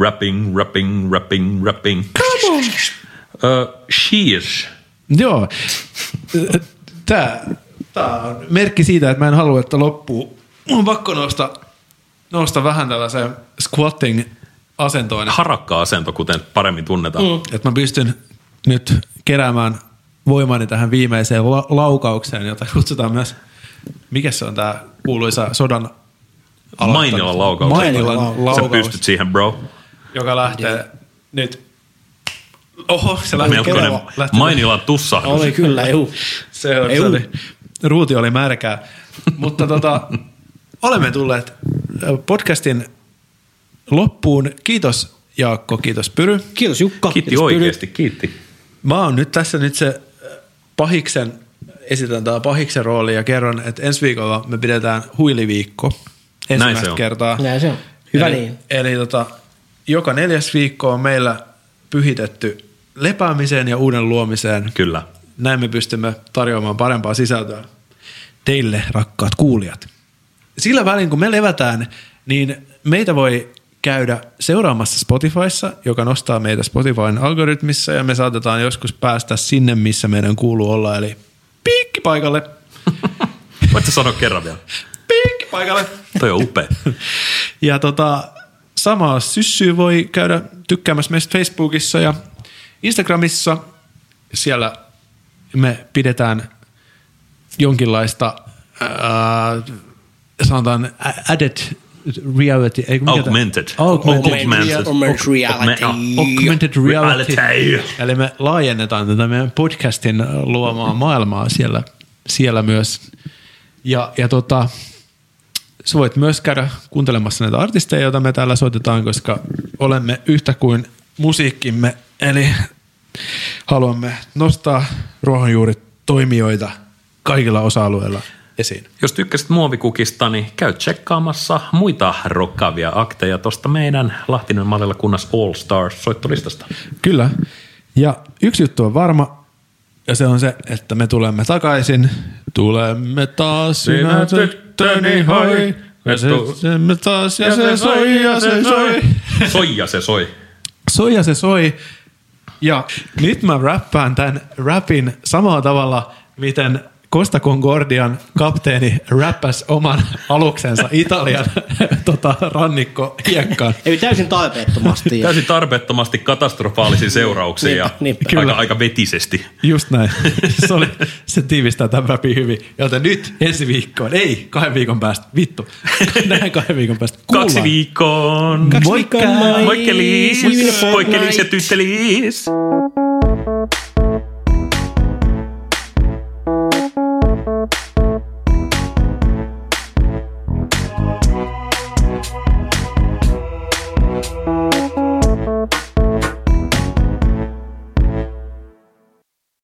Speaker 1: Rapping, rapping, rapping, rapping. Ö, sheesh.
Speaker 2: Joo. Tää, tää on merkki siitä, että mä en halua, että loppuu. Mun on pakko nousta, nousta vähän tällaiseen squatting asentoon,
Speaker 1: harakka-asento, kuten paremmin tunnetaan. Mm.
Speaker 2: että mä pystyn nyt keräämään voimani tähän viimeiseen la- laukaukseen, jota kutsutaan myös, mikä se on tää kuuluisa sodan aloittanut-
Speaker 1: Mainilan laukaus.
Speaker 2: Mainilan
Speaker 1: Sä
Speaker 2: laukaus,
Speaker 1: pystyt siihen, bro.
Speaker 2: joka lähtee nyt. Oho, se lähti
Speaker 1: Melkoinen
Speaker 2: kerran- lähti-
Speaker 1: Mainilan tussahdus.
Speaker 7: Oli kyllä, juu.
Speaker 2: Se, oli,
Speaker 7: Ei
Speaker 2: se
Speaker 7: ollut.
Speaker 2: oli, ruuti oli märkää. Mutta tota, olemme tulleet podcastin loppuun. Kiitos Jaakko, kiitos Pyry.
Speaker 7: Kiitos Jukka.
Speaker 1: Kiitti
Speaker 7: Kiitos Pyry.
Speaker 1: oikeasti, kiitti.
Speaker 2: Mä oon nyt tässä nyt se pahiksen, esitän tää pahiksen rooli ja kerron, että ensi viikolla me pidetään huiliviikko. Ensimmäistä
Speaker 1: on.
Speaker 2: kertaa.
Speaker 7: Näin se on. Hyvä
Speaker 2: eli,
Speaker 7: niin.
Speaker 2: Eli tota, joka neljäs viikko on meillä pyhitetty lepäämiseen ja uuden luomiseen.
Speaker 1: Kyllä.
Speaker 2: Näin me pystymme tarjoamaan parempaa sisältöä teille, rakkaat kuulijat. Sillä välin, kun me levätään, niin meitä voi käydä seuraamassa Spotifyssa, joka nostaa meitä Spotifyn algoritmissa ja me saatetaan joskus päästä sinne, missä meidän kuuluu olla, eli piikkipaikalle,
Speaker 1: Voit sä sanoa kerran vielä?
Speaker 2: piikkipaikalle.
Speaker 1: Toi on upea.
Speaker 2: Ja tota, samaa syssyä voi käydä tykkäämässä meistä Facebookissa ja Instagramissa. Siellä me pidetään jonkinlaista, ää, sanotaan a- added reality. Ei, kun mikä tää-
Speaker 1: Augmented.
Speaker 2: Augmented.
Speaker 1: Augmented.
Speaker 7: Augmented reality.
Speaker 2: Augmented reality.
Speaker 1: Reality.
Speaker 2: Eli me laajennetaan tätä meidän podcastin luomaa maailmaa siellä, siellä myös. Ja, ja tota, sä voit myös käydä kuuntelemassa näitä artisteja, joita me täällä soitetaan, koska olemme yhtä kuin musiikkimme, eli haluamme nostaa ruohonjuuritoimijoita kaikilla osa-alueilla esiin.
Speaker 1: Jos tykkäsit muovikukista, niin käy tsekkaamassa muita rokkaavia akteja tuosta meidän Lahtinen Malilla kunnas All Stars soittolistasta.
Speaker 2: Kyllä. Ja yksi juttu on varma, ja se on se, että me tulemme takaisin. Tulemme taas sinä tyttöni hoi. Ja se, se me taas, ja se soi, ja se soi.
Speaker 1: Soi ja se soi.
Speaker 2: Soi ja se soi. Ja nyt mä räppään tämän rapin samalla tavalla, miten Costa Concordian kapteeni räppäs oman aluksensa Italian tota, rannikko hiekkaan.
Speaker 7: Eli täysin tarpeettomasti.
Speaker 1: Täysin tarpeettomasti katastrofaalisin seurauksia ja
Speaker 7: niinpä.
Speaker 1: aika,
Speaker 2: Kyllä.
Speaker 1: aika vetisesti.
Speaker 2: Just näin. Se, oli, se tiivistää tämän rapin hyvin. Joten nyt ensi viikkoon. Ei, kahden viikon päästä. Vittu. Näin kahden viikon päästä. Kuullaan.
Speaker 1: Kaksi viikkoon.
Speaker 2: Moikka.
Speaker 1: Moikkeliis, moikkeliis ja tyttelis.